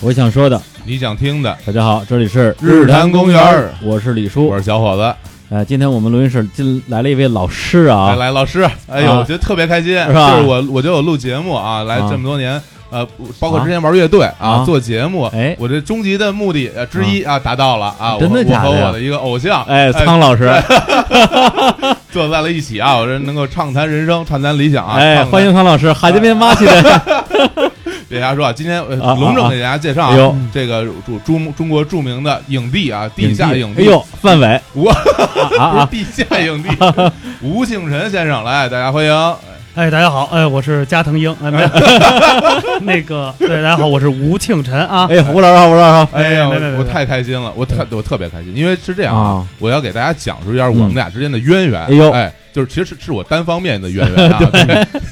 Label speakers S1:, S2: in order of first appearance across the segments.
S1: 我想说的，
S2: 你想听的，
S1: 大家好，这里是
S2: 日坛公园儿
S1: 我是李叔
S2: 我。是小伙子，
S1: 呃，今天我们录音室进来了一位老师
S2: 来
S1: 啊，
S2: 来老师，哎呦，
S1: 啊
S2: 我觉得特别开心，
S1: 是吧
S2: 就是我我觉得我录节目啊，来
S1: 啊
S2: 这么多年，呃，包括
S1: 啊
S2: 之前玩乐队啊，
S1: 啊
S2: 做节目，
S1: 哎
S2: 我这终极的目的呃之一啊达到了啊，我
S1: 真的
S2: 和
S1: 假的
S2: 我和
S1: 呀
S2: 我的一个偶像，
S1: 哎，苍老师，
S2: 坐在了一起啊，我这能够畅谈人生，畅谈理想啊，
S1: 哎，
S2: 畅谈
S1: 欢迎苍老师，海淀边妈系的，
S2: 别瞎说啊，今天呃
S1: 啊啊
S2: 隆重给大家介绍
S1: 哎呦
S2: 这个中中中国著名的影帝啊， 地下影
S1: 哎
S2: 帝，
S1: 呦，范伟，
S2: 我
S1: 啊
S2: 不是
S1: 啊
S2: 地下影帝吴庆辰先生，来，大家欢迎。
S3: 哎，大家好，哎，我是加藤鹰，哎，没有，那个，对，大家好，我是吴庆辰
S1: 啊，
S3: 啊，
S1: 哎，吴老师好，吴老 师好，
S2: 哎呀，
S3: 没没没
S2: 我我
S3: 没
S2: 太开心了，我特我特别开心，因为是这样
S1: 啊嗯
S2: 啊，我要给大家讲述一下我们俩之间的渊源。
S1: 哎呦
S2: 哎，就是其实是是我单方面的渊源 啊，对，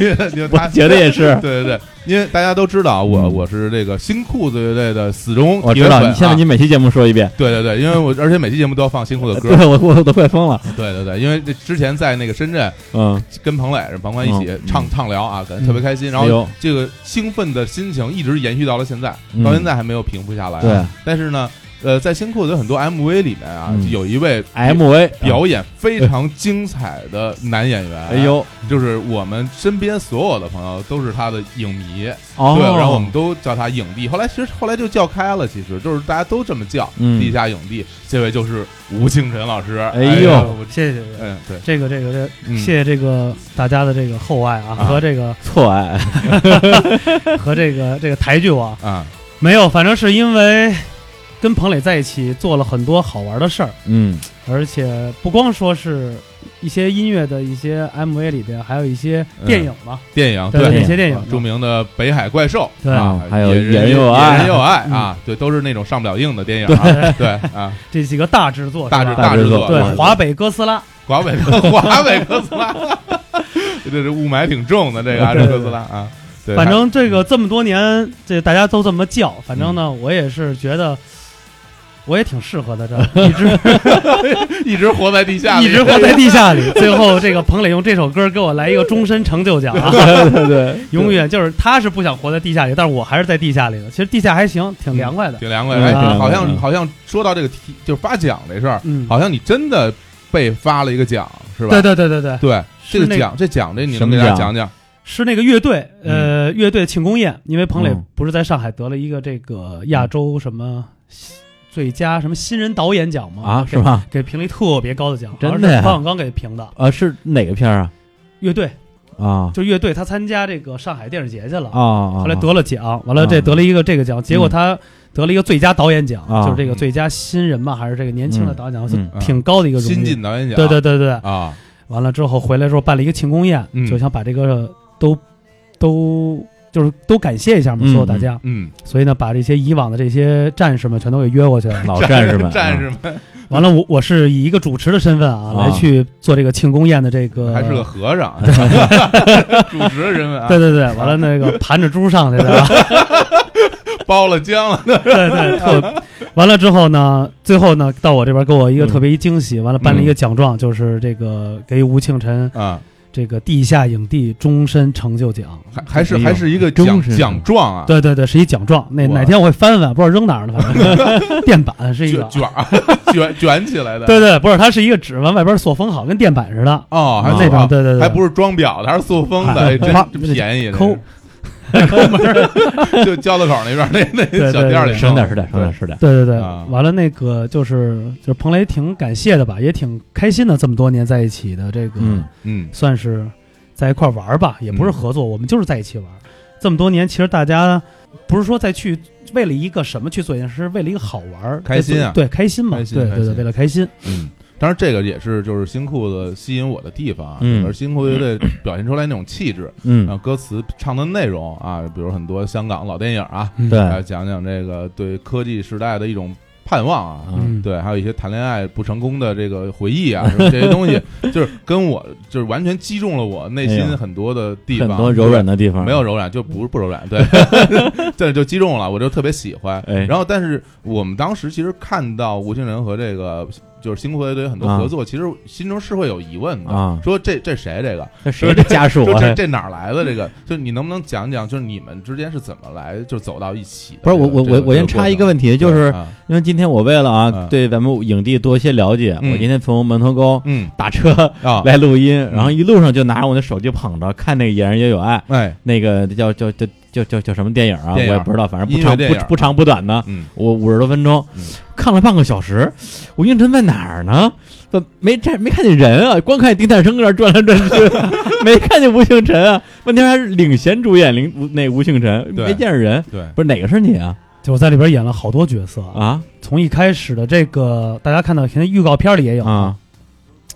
S2: 因为因为
S1: 我
S2: 他
S1: 觉得也是
S2: 对， 对对，因为大家都知道啊我
S1: 嗯
S2: 我是这个新裤子乐队的死忠
S1: 我
S2: 铁
S1: 知
S2: 粉
S1: 道，
S2: 啊
S1: 你现在你每期节目说一遍，
S2: 对对对，因为我而且每期节目都要放新裤子的歌
S1: 对，我 我都快疯了，
S2: 对对对，因为这之前在那个深圳
S1: 嗯，
S2: 跟彭磊、庞宽一起
S1: 嗯
S2: 畅畅聊啊，感觉特别开心，然
S1: 哎
S2: 后
S1: 呦，
S2: 这个兴奋的心情一直延续到了现在，
S1: 嗯
S2: 到现在还没有平复下来啊。
S1: 对
S2: 但是呢，呃，在新裤子有很多 MV 里面啊，
S1: 嗯
S2: 有一位
S1: ，MV
S2: 表演非常精彩的男演员，
S1: 哎，呦，
S2: 就是我们身边所有的朋友都是他的影迷，
S1: 哦，
S2: 对，然后我们都叫他影帝。后来其实后来就叫开了，其实就是大家都这么叫，
S1: 嗯
S2: 地下影帝。这位就是吴庆辰老师，
S1: 哎呦
S2: 呦，我
S3: 谢谢谢谢
S2: 嗯，对，
S3: 这个这个这个，
S2: 嗯
S3: 谢谢这个大家的这个厚爱啊，
S2: 啊
S3: 和这个
S1: 错爱，
S3: 和这个这个抬举我啊，
S2: 啊，
S3: 没有，反正是因为跟彭磊在一起做了很多好玩的事儿，
S1: 嗯，
S3: 而且不光说是一些音乐的一些 MV 里边，还有一些电影嘛，
S2: 电影
S3: 对，
S1: 对
S3: 一些电影嘛，
S2: 著名的《北海怪兽》
S3: 对
S2: 啊，
S1: 哦还有
S2: 野
S1: 野人
S2: 人
S1: 有爱
S2: 野人有爱啊，对，都是那种上不了映的电影啊，对 啊，
S3: 这几个大制作，
S2: 大制
S3: 是吧
S1: 大
S2: 制
S1: 制
S2: 作
S1: 作，
S3: 对，华北哥斯拉，
S2: 华北哥，华北哥斯拉，这这雾霾挺重的，这个啊这哥斯拉啊，对，
S3: 反正这个这么多年，这大家都这么叫，反正
S2: 嗯
S3: 呢，我也是觉得，我也挺适合的， 这一直
S2: 一直活在地下里，
S3: 一直活在地下 里。最后这个彭磊用这首歌给我来一个终身成就奖 啊！
S1: 对对对，
S3: 永远就是他是不想活在地下里，但是我还是在地下里
S2: 嗯
S3: 的。其实地下还行，挺凉快的。
S2: 挺凉快。
S1: 嗯
S2: 哎，
S3: 嗯
S2: 好像
S1: 嗯
S2: 好像说到这个题，就是发奖这事儿，
S3: 嗯，
S2: 好像你真的被发了一个奖，是吧？
S3: 对对对对对，
S2: 对，这
S3: 是
S2: 个
S3: 那
S2: 奖，这奖这你
S1: 什
S2: 能
S1: 么
S2: 给大家
S1: 奖
S2: 讲讲？
S3: 是那个乐队，
S2: 嗯
S3: 呃，乐队庆功宴，因为彭磊
S2: 哦
S1: 嗯
S3: 不是在上海得了一个这个亚洲什么最佳什么新人导演奖吗？
S1: 啊，是
S3: 给？
S1: 吗？
S3: 给评了一特别高的奖，
S1: 真的
S3: 好像是
S1: 呀
S3: 冯小刚给评的。
S1: 啊，是哪个片儿啊？
S3: 乐队
S1: 啊
S3: 就乐队，他参加这个上海电视节去了，
S1: 啊啊！
S3: 后来得了奖，完了这
S1: 啊嗯
S3: 得了一个这个奖，结果他得了一个最佳导演奖，
S1: 啊
S3: 就是这个最佳新人嘛，还是这个年轻的导演奖，
S1: 嗯
S2: 嗯
S3: 挺高的一个荣誉
S2: 新晋导演奖，
S3: 对对对对，
S2: 啊，
S3: 完了之后回来之后办了一个庆功宴，
S2: 嗯
S3: 就想把这个都都就是都感谢一下嘛，
S1: 嗯
S3: 所有大家，
S2: 嗯，
S3: 所以呢，把这些以往的这些战士们全都给约过去了。
S1: 老战 士们，啊
S2: 战士们，
S3: 完了，我我是以一个主持的身份啊，
S1: 啊
S3: 来去做这个庆功宴的这个，
S2: 还是个和 尚，主持人们啊，
S3: 嗯对对对，完了那 个盘着猪上去的。啊
S2: 包了浆了，
S3: 对对，特完了之后呢，最后呢，到我这边给我一个特别一惊
S2: 嗯
S3: 喜，完了颁了一个奖状，就是这个给吴庆辰
S2: 啊，
S3: 这个地下影帝终身成就奖。
S2: 还还是
S1: 哎呦
S2: 还是一个
S1: 真
S2: 奖
S1: 是
S2: 奖状啊，
S3: 对对对，是一奖状，那
S2: 哇
S3: 哪天我会翻翻，不知道扔哪儿了，反 正垫板是一
S2: 卷
S3: 个，
S2: 卷儿 卷卷起来的，
S3: 对对，不是，它是一个纸，完外边塑封好，跟垫板似的，
S2: 哦，还
S1: 啊
S2: 是
S3: 嗯那
S2: 啊
S3: 种，对对对，
S2: 还不是装裱的，还是塑封的，
S3: 哎
S2: 哎真
S3: 花
S2: 真便宜，
S3: 抠，
S2: 这是就交道口那边 儿那那
S3: 对
S2: 小店儿里
S1: 省点儿，
S2: 弄
S1: 省点儿，省点儿，省点儿。
S3: 对对对
S2: 啊，
S3: 完了那个就是就是彭雷挺感谢的吧，也挺开心的，这么多年在一起的这个，
S1: 嗯，
S2: 嗯
S3: 算是在一块儿玩儿吧，也不是合作，我们就是在一起玩儿。这么多年，其实大家不是说再去为了一个什么去做一件事，是为了一个好玩儿、
S2: 开心啊
S3: 在做对，开心嘛，
S2: 开心
S3: 对
S2: 开
S3: 对
S2: 心
S3: 对，为了开心。
S2: 嗯。当然，这个也是就是新裤子吸引我的地方啊，
S1: 嗯
S2: 而新裤子乐队表现出来那种气质，然后
S1: 嗯，
S2: 歌词唱的内容啊，比如很多香港老电影啊，
S3: 嗯
S2: 来
S1: 对，
S2: 讲讲这个对科技时代的一种盼望啊，
S3: 嗯，
S2: 对，还有一些谈恋爱不成功的这个回忆 啊，什么这些东西，就是跟我就是完全击中了我内
S1: 哎
S2: 心
S1: 呦
S2: 很多的地
S1: 很
S2: 方，
S1: 多柔软的地方
S2: 没有柔软，就不是不 柔软，对，这就击中了，我就特别喜欢。
S1: 哎
S2: 然后，但是我们当时其实看到吴庆仁和这个。就是星空乐队很多
S1: 啊
S2: 合作，其实心中是会有疑问的，
S1: 啊
S2: 说这这谁这个，
S1: 这谁的家属
S2: 就
S1: 啊？
S2: 这这哪儿来的这个，就你能不能讲讲，就是你们之间是怎么来就走到一起的
S1: 不
S2: 这
S1: 是
S2: 个？
S1: 我我
S2: 这个
S1: 我我先插一个，问题，
S2: 这
S1: 就
S2: 过程
S1: 是
S2: 对啊
S1: 因为今天我为了啊
S2: 嗯
S1: 对咱们影帝多一些了解，
S2: 嗯
S1: 我今天从门头沟
S2: 嗯
S1: 打车
S2: 啊，
S1: 来录音，然后一路上就拿着我的手机捧着看那个《野人也有爱》，
S2: 哎，
S1: 那个叫叫叫叫叫叫什么电影啊？
S2: 电影
S1: 我也不知道，反正不
S2: 音乐
S1: 长
S2: 电影
S1: 不不长不短的，
S2: 嗯，
S1: 我五十多分钟
S2: 嗯，
S1: 看了半个小时，我晕针在哪儿呢？怎么没这没看见人啊？光看见丁太升搁那儿转来转去， 没看见吴庆辰啊。问题还是领衔主演领吴那吴庆辰，
S2: 对
S1: 没见着人。
S2: 对，
S1: 不是哪个是你啊？
S3: 就我在里边演了好多角色，
S1: 啊
S3: 从一开始的这个大家看到，现在预告片里也有，
S1: 啊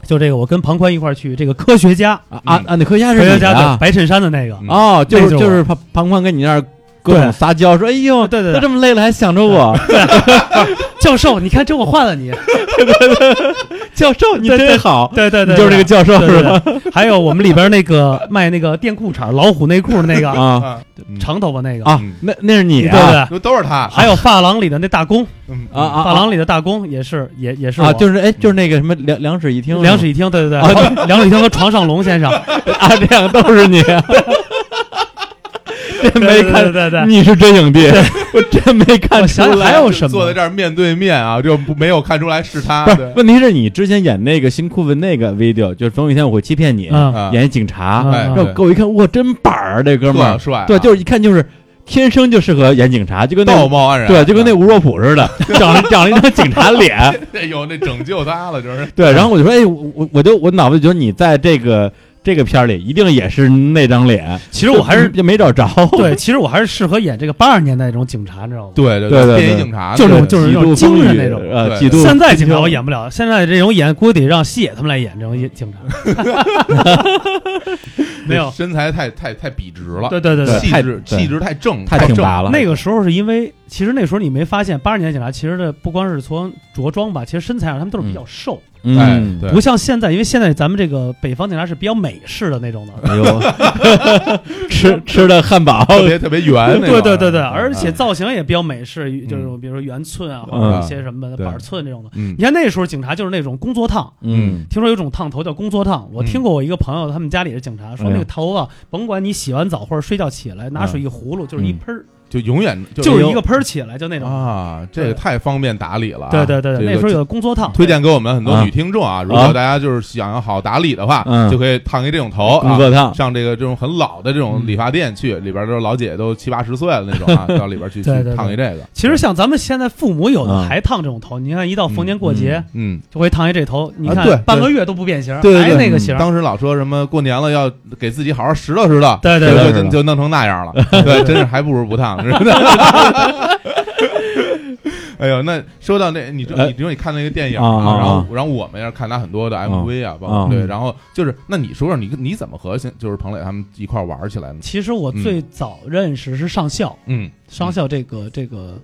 S3: 就这个我跟庞宽一块儿去这个科学家，
S1: 啊啊！啊那科学家
S3: 科
S1: 是
S3: 学
S1: 你
S3: 家的
S1: 啊？
S3: 白衬衫的那个，
S2: 嗯
S1: 哦，就
S3: 那就是是我
S1: 就是庞庞宽跟你那儿各种
S3: 对
S1: 撒娇，说哎呦，
S3: 对对
S1: 都
S3: 对
S1: 这么累了还想着我，
S3: 教授，你看这我换了你，
S1: 教授你
S3: 对对
S1: 真好，
S3: 对对
S1: 你
S3: 对，
S1: 就是这个教授
S3: 对
S1: 是吧？啊
S3: 对对还有我们里边那个卖那个电裤衩、老虎内裤的那 个
S1: 啊
S2: 啊，嗯
S3: 长头发那个，
S1: 啊
S2: 嗯，
S1: 那那是你
S3: 对
S1: 啊
S3: 对对，
S2: 都是他，
S3: 还有发廊里的那大公，
S2: 嗯
S1: 啊啊
S3: 发廊里的大公也是也也是
S1: 啊，
S3: 我
S1: 就是哎，就是那个什么两两室一厅，
S3: 两室一厅，对对对， 两室一厅和床上龙先生，
S1: 啊，这两个都是 你，这没
S3: 对对
S1: 看，
S3: 对对对。
S1: 你是真影帝， 我真没看
S3: 我
S1: 出
S3: 想想
S1: 来。
S3: 还有什么
S2: 坐在这儿面对面啊，就不没有看出来是他，
S3: 啊
S1: 不
S2: 对
S1: 是，问题是你之前演那个新裤子那个 video，就是总有一天我会欺骗你，
S3: 嗯，
S2: 啊，
S1: 演警察，
S3: 嗯
S2: 哎，
S1: 让
S2: 对
S1: 我给我一看，哇，真板儿，这哥们
S2: 特
S1: 儿，
S2: 帅啊，
S1: 对，就是一看就是天生就适合演警察，就跟
S2: 道
S1: 那
S2: 貌岸然，啊
S1: 对，
S3: 啊
S1: 就跟
S3: 嗯
S1: 那吴若甫 似的，长了长了一张警察脸，
S2: 那有哎那拯救他 了，就是
S1: 对，然后我就说，哎，我我我就我脑子里觉得你在这个这个片儿里一定也是那张脸，
S3: 其实我 还是
S1: 就没 找着，
S3: 对，其实我还是适合演这个八十年代那种警察，你知道吗？
S2: 对对
S1: 对对
S2: 便衣
S1: 啊对
S2: 警察
S3: 就
S2: 对
S3: 是那种就是那
S1: 极度
S3: 种精神
S1: 风雨
S3: 那种
S1: 呃，
S2: 对
S1: 极度
S3: 现在警察我演不了，现在这种演估计得让西野他们来演这种警察。 没有，
S2: 身材太太太笔直了，
S3: 对对对对，
S2: 气
S1: 太
S2: 质
S1: 对
S2: 气质太正，
S1: 太挺
S2: 正
S1: 拔了，
S3: 那个时候是因为，其实那时候你没发现，八十年代警察其实的不光是从着装吧，其实身材上他们都是比较瘦，
S2: 哎，
S1: 嗯，
S2: 嗯 对
S3: 不，像现在，因为现在咱们这个北方警察是比较美式的那 种的，
S1: 哎呦，吃吃的汉堡，
S2: 特别特别圆，那
S3: 对
S2: 种
S3: 对对对，
S2: 啊
S3: 而且造型也比较美式，就是比如说圆寸啊，或者
S1: 嗯
S3: 一些什么的
S2: 嗯对
S3: 板寸这种的。
S2: 嗯
S3: 你看那时候警察就是那种工作烫，
S1: 嗯
S3: 听说有种烫头叫工作烫，我
S2: 嗯
S3: 听过我一个朋友他们家里的警察说，
S1: 哎呀
S3: 那个头发甭管你洗完澡或者睡觉起来，拿
S2: 嗯
S3: 水一葫芦就是一喷儿，
S2: 就永远
S3: 就是是一个喷儿起来，就那种。
S2: 啊，这个太方便打理了啊，
S3: 对对对对，
S2: 这
S3: 那时候
S2: 个
S3: 有工作烫，
S2: 推荐给我们很多
S1: 啊
S2: 女听众啊，如
S1: 啊
S2: 果大家就是想要好打理的话
S1: 嗯，
S2: 就可以烫一这种头
S1: 工
S2: 啊。
S1: 作烫，
S2: 上这个这种很老的这种理发店去，里边都是老姐都七八十岁了那种啊，到里边去去
S3: 对对对
S2: 烫一这个。
S3: 其实像咱们现在父母有的
S1: 嗯
S3: 还烫这种头，你看一到逢年过节
S2: 嗯，
S3: 就会烫一这头，你
S2: 啊对
S3: 看半个月都不变形，
S2: 对对
S3: 还
S2: 对嗯
S3: 那个形。
S2: 当时老说什么过年了要给自己好好拾掇拾掇，
S3: 对对
S1: 对
S2: 就
S1: 对
S2: 就
S1: 对
S2: 就弄成那样了，对，真是还不如不烫， 真的。哎呦，那说到那，你说
S1: 哎
S2: 你说你看那个电影
S1: 啊啊
S2: 然后
S1: 啊
S2: 然后我们也是看他很多的 MV 啊，包括
S1: 啊
S2: 对，然后就是那你说说你你怎么和现就是彭磊他们一块儿玩起来呢？
S3: 其实我最早认识是上校，
S2: 嗯，
S3: 上校这个这个，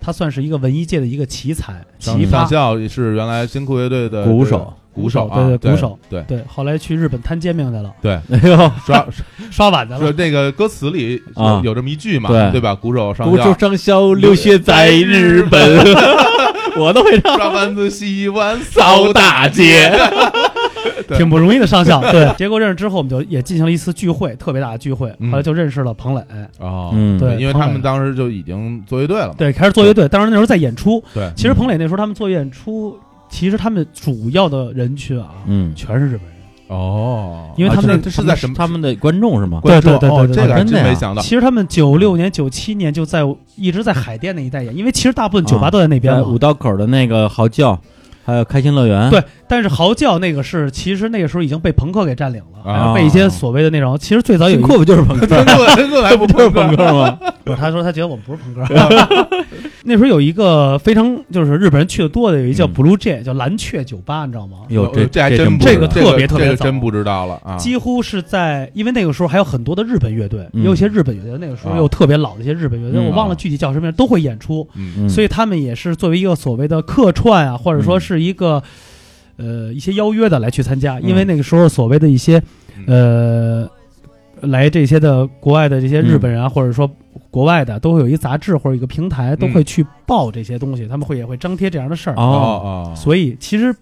S3: 他算是一个文艺界的一个奇才
S2: 上
S3: 奇
S2: 上
S3: 葩，
S2: 校是原来新裤乐队的
S1: 鼓
S2: 这个
S1: 手，
S2: 鼓手啊，
S3: 对
S2: 对
S3: 鼓手，
S2: 对
S3: 对，后来去日本摊煎饼去了，
S2: 对，
S1: 哎呦，
S2: 刷
S3: 刷碗去
S2: 说
S3: 了，
S2: 那个歌词里
S1: 啊
S2: 有这么一句嘛，
S1: 对
S2: 对吧？鼓手上
S1: 孤
S2: 校
S1: 舟上校留学在日本， 我都 会唱，
S2: 抓班子洗碗
S1: 扫大街，
S2: 对
S3: 挺不容易的上校。对，结果认识之后，我们就也进行了一次聚会，特别大的聚会，
S2: 嗯
S3: 后来就认识了彭磊。
S2: 哦，
S1: 嗯
S3: 对
S2: 因为他们当时就已经做乐队了嘛，
S3: 对，开始做乐队，当时那时候在演出。
S2: 对嗯
S3: 其实彭磊那时候他们做演出，其实他们主要的人群啊，
S1: 嗯，
S3: 全是日本人。
S2: 哦
S3: 因为他们
S2: 这是在什么？
S1: 他们的观众是吗？
S2: 观众
S3: 对对对
S2: 哦
S3: 对对
S2: 这个还
S1: 真的
S2: 真
S1: 呀
S2: 没 想到。
S3: 其实他们九六年、九七年就在一直在海淀那一带演，因为其实大部分酒吧
S1: 啊
S3: 都在那边
S1: 在
S3: 嘛。
S1: 五道口的那个嚎叫，还有开心乐园，
S3: 对，但是嚎叫那个是，其实那个时候已经被朋克给占领了，
S2: 啊
S3: 然后被一些所谓的那种，其实最早有
S1: 新
S3: 一
S1: 裤不就是朋克，
S2: 真的真的还不
S1: 就是 朋克吗？
S3: 不是他说他觉得我们不是朋克。 那时候有一个非常就是日本人去的多的，有一叫
S1: 嗯啊
S3: Blue Jay，叫蓝雀酒吧，你知道吗？
S1: 哟，
S2: 这
S1: 这
S2: 还
S1: 真不
S2: 真不
S1: 知
S2: 知
S1: 道
S2: 道
S3: 这个特别
S2: 这个
S3: 特别
S2: 这个
S3: 早
S2: 真不知道了啊！
S3: 几乎是在，因为那个时候还有很多的日本乐队，
S1: 嗯
S3: 也有一些日本乐队，那个时候
S2: 啊
S3: 有特别老的一些日本乐队，
S1: 嗯
S3: 我忘了具体叫什么名，都会演出，
S2: 嗯
S1: 嗯
S3: 所以他们也是作为一个所谓的客串啊，或者说是一个。呃，一些邀约的来去参加，因为那个时候所谓的一些，
S2: 嗯
S3: 呃，来这些的国外的这些日本人啊，或者说国外的，都会有一杂志或者一个嗯平台，都会去报这些东西，他们会也会张贴这样的事儿。
S1: 哦
S2: 哦哦，
S3: 所以其实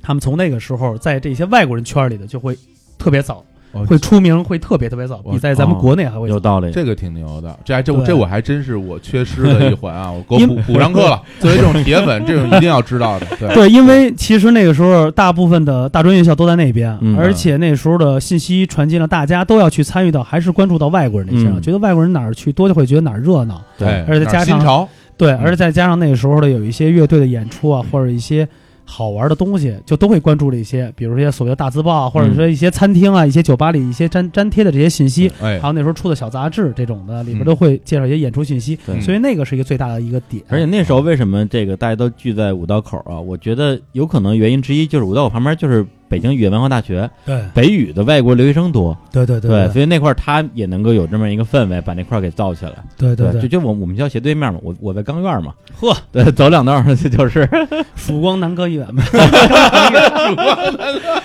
S3: 他们从那个时候在这些外国人圈里的就会特别早，
S2: 哦
S3: 会出名，会哦特别特别早，
S2: 哇
S3: 比在咱们国内还会
S1: 有
S3: 早。
S1: 道理。
S2: 这个挺牛的，这还这我
S3: 对
S2: 这我还真是我缺失的一环 啊！我给我
S3: 因
S2: 补补上课 了。作为这种铁粉，这种一定要知道的。对，
S3: 对，因为其实那个时候大部分的大专院校都在那边，
S1: 嗯
S3: 而且那时候的信息传进了，大家都要去参与到，还是关注到外国人那些，
S1: 嗯
S3: 觉得外国人哪儿去多就会觉得哪儿热闹。
S2: 哎
S1: 对，
S3: 而且
S2: 哪儿
S3: 加上
S2: 新 潮，
S3: 对，而且再加上那个时候的有一些乐队的演出啊，或者一些好玩的东西，就都会关注这些，比如说一些所谓的大字报啊，或者说一些餐厅啊、一些酒吧里一些粘粘贴的这些信息，
S2: 哎
S3: 还，有那时候出的小杂志这种的，里边
S2: 嗯
S3: 都会介绍一些演出信息，
S1: 对
S3: 所以那个是一个最大的一个点。
S1: 而且那时候为什么这个大家都聚在五道口啊？我觉得有可能原因之一就是五道口旁边就是北京语言文化大学，
S3: 对
S1: 北语的外国留学生多，
S3: 对对对
S1: 所以那块儿他也能够有这么一个氛围，把那块儿给造起来。
S3: 对对
S1: 就
S3: 对，
S1: 就我我们学校斜对面嘛，我我在钢院嘛，
S3: 呵，
S1: 对，走两道儿这 就是
S3: 曙光南科医院嘛，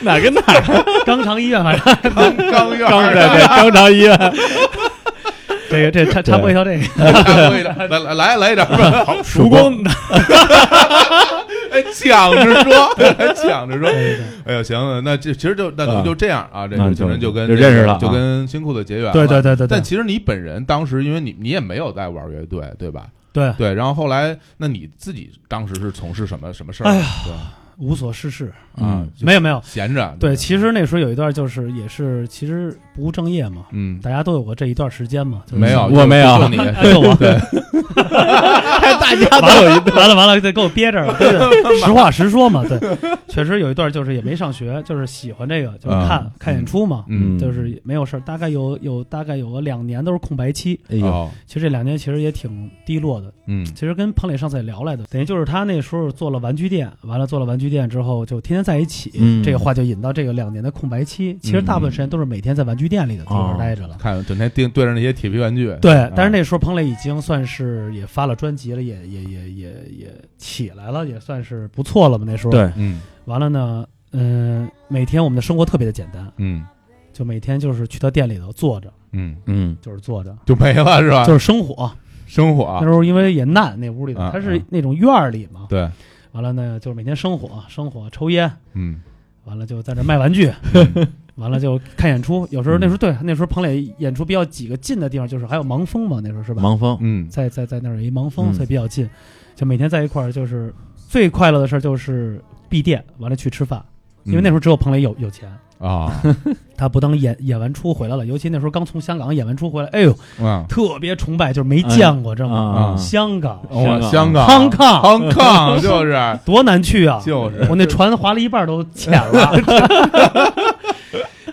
S1: 哪跟哪儿，
S3: 肛肠医院反正
S2: 刚刚要
S1: 对对， 肛肠医院，
S3: 这个这插插播一条这个
S2: 来来来来一点吧，好，
S1: 曙光
S2: 哎，抢着说， 抢着说，哎呀，行，那这其实就那咱们就这样啊，这
S1: 嗯那
S2: 个
S1: 就
S2: 可能就跟
S1: 就认识了啊
S2: 就跟新裤子结缘了，
S3: 对对对对对
S2: 但其实你本人当时，因为你你也没有在玩乐队，对吧？
S3: 对，
S2: 对，然后后来，那你自己当时是从事什么什么事儿？啊
S3: 哎呀
S2: 对，
S3: 无所事事，
S2: 啊
S1: 嗯，
S2: 就
S3: 没有没有。
S2: 闲着。
S3: 对，其实那时候有一段就是也是其实不务正业嘛，
S2: 嗯，
S3: 大家都有过这一段时间嘛，就是
S2: 没有，
S1: 我没有
S2: 就就你，
S3: 哎呦我
S2: 对，
S1: 大家
S3: 完了完了完了，得给我憋着了。真是实话实说嘛，对，确实有一段就是也没上学，就是喜欢这个，就是看、
S2: 嗯
S3: 看演出嘛，
S2: 嗯，
S3: 就是也没有事儿。大概有有大概有个两年都是空白期，
S1: 哎呦，
S2: 哦，
S3: 其实这两年其实也挺低落的。
S2: 嗯，
S3: 其实跟彭磊上次也聊来的，等于就是他那时候做了玩具店，完了做了玩具店之后就天天在一起，
S1: 嗯
S3: 这个话就引到这个两年的空白期。其实大部分时间都是每天在玩具店里的地
S1: 哦嗯
S3: 方待着了。
S2: 看整天盯对着那些铁皮玩具，
S3: 对
S2: 啊，
S3: 但是那时候彭磊已经算是也发了专辑了，也也也也也起来了，也算是不错了嘛。那时候，，
S1: 对，
S2: 嗯
S3: 完了呢，嗯、每天我们的生活特别的简单，
S2: 嗯
S3: 就每天就是去他店里头坐着，
S2: 嗯，
S1: 嗯，
S3: 就是坐着，
S2: 就没了是
S1: 啊
S2: 吧？
S3: 就是生火。
S2: 生火
S3: 那时候因为也难，那屋里
S2: 啊
S3: 头，他是那种院儿里嘛。
S2: 对，
S3: 完了呢，就是每天生火，生火抽烟，
S2: 嗯，
S3: 完了就在这卖 玩具，
S2: 嗯
S3: 完了就看演出。有时候
S1: 嗯
S3: 那时候对，那时候彭磊演出比较几个近的地方，就是还有盲峰嘛，那时候是吧？
S1: 盲峰，
S2: 嗯，
S3: 在在在那儿有一盲
S1: 嗯
S3: 峰，所以比较近，就每天在一块儿，就是最快乐的事儿就是闭店，完了去吃饭，因为
S1: 嗯
S3: 那时候只有彭磊有有钱，
S2: 候嗯啊，
S3: 他不当演演完出回来了，尤其那时候刚从香港演完出回来，哎呦，
S2: 嗯，
S3: 特别崇拜，就是没见过这么、
S1: 啊
S2: 嗯，
S3: 香港
S2: 哇哦香
S1: 香
S2: 港
S3: ，Hong Kong
S2: Hong Kong 就是
S3: 多难去啊！
S2: 就是
S3: 我那船划了一半都浅 了。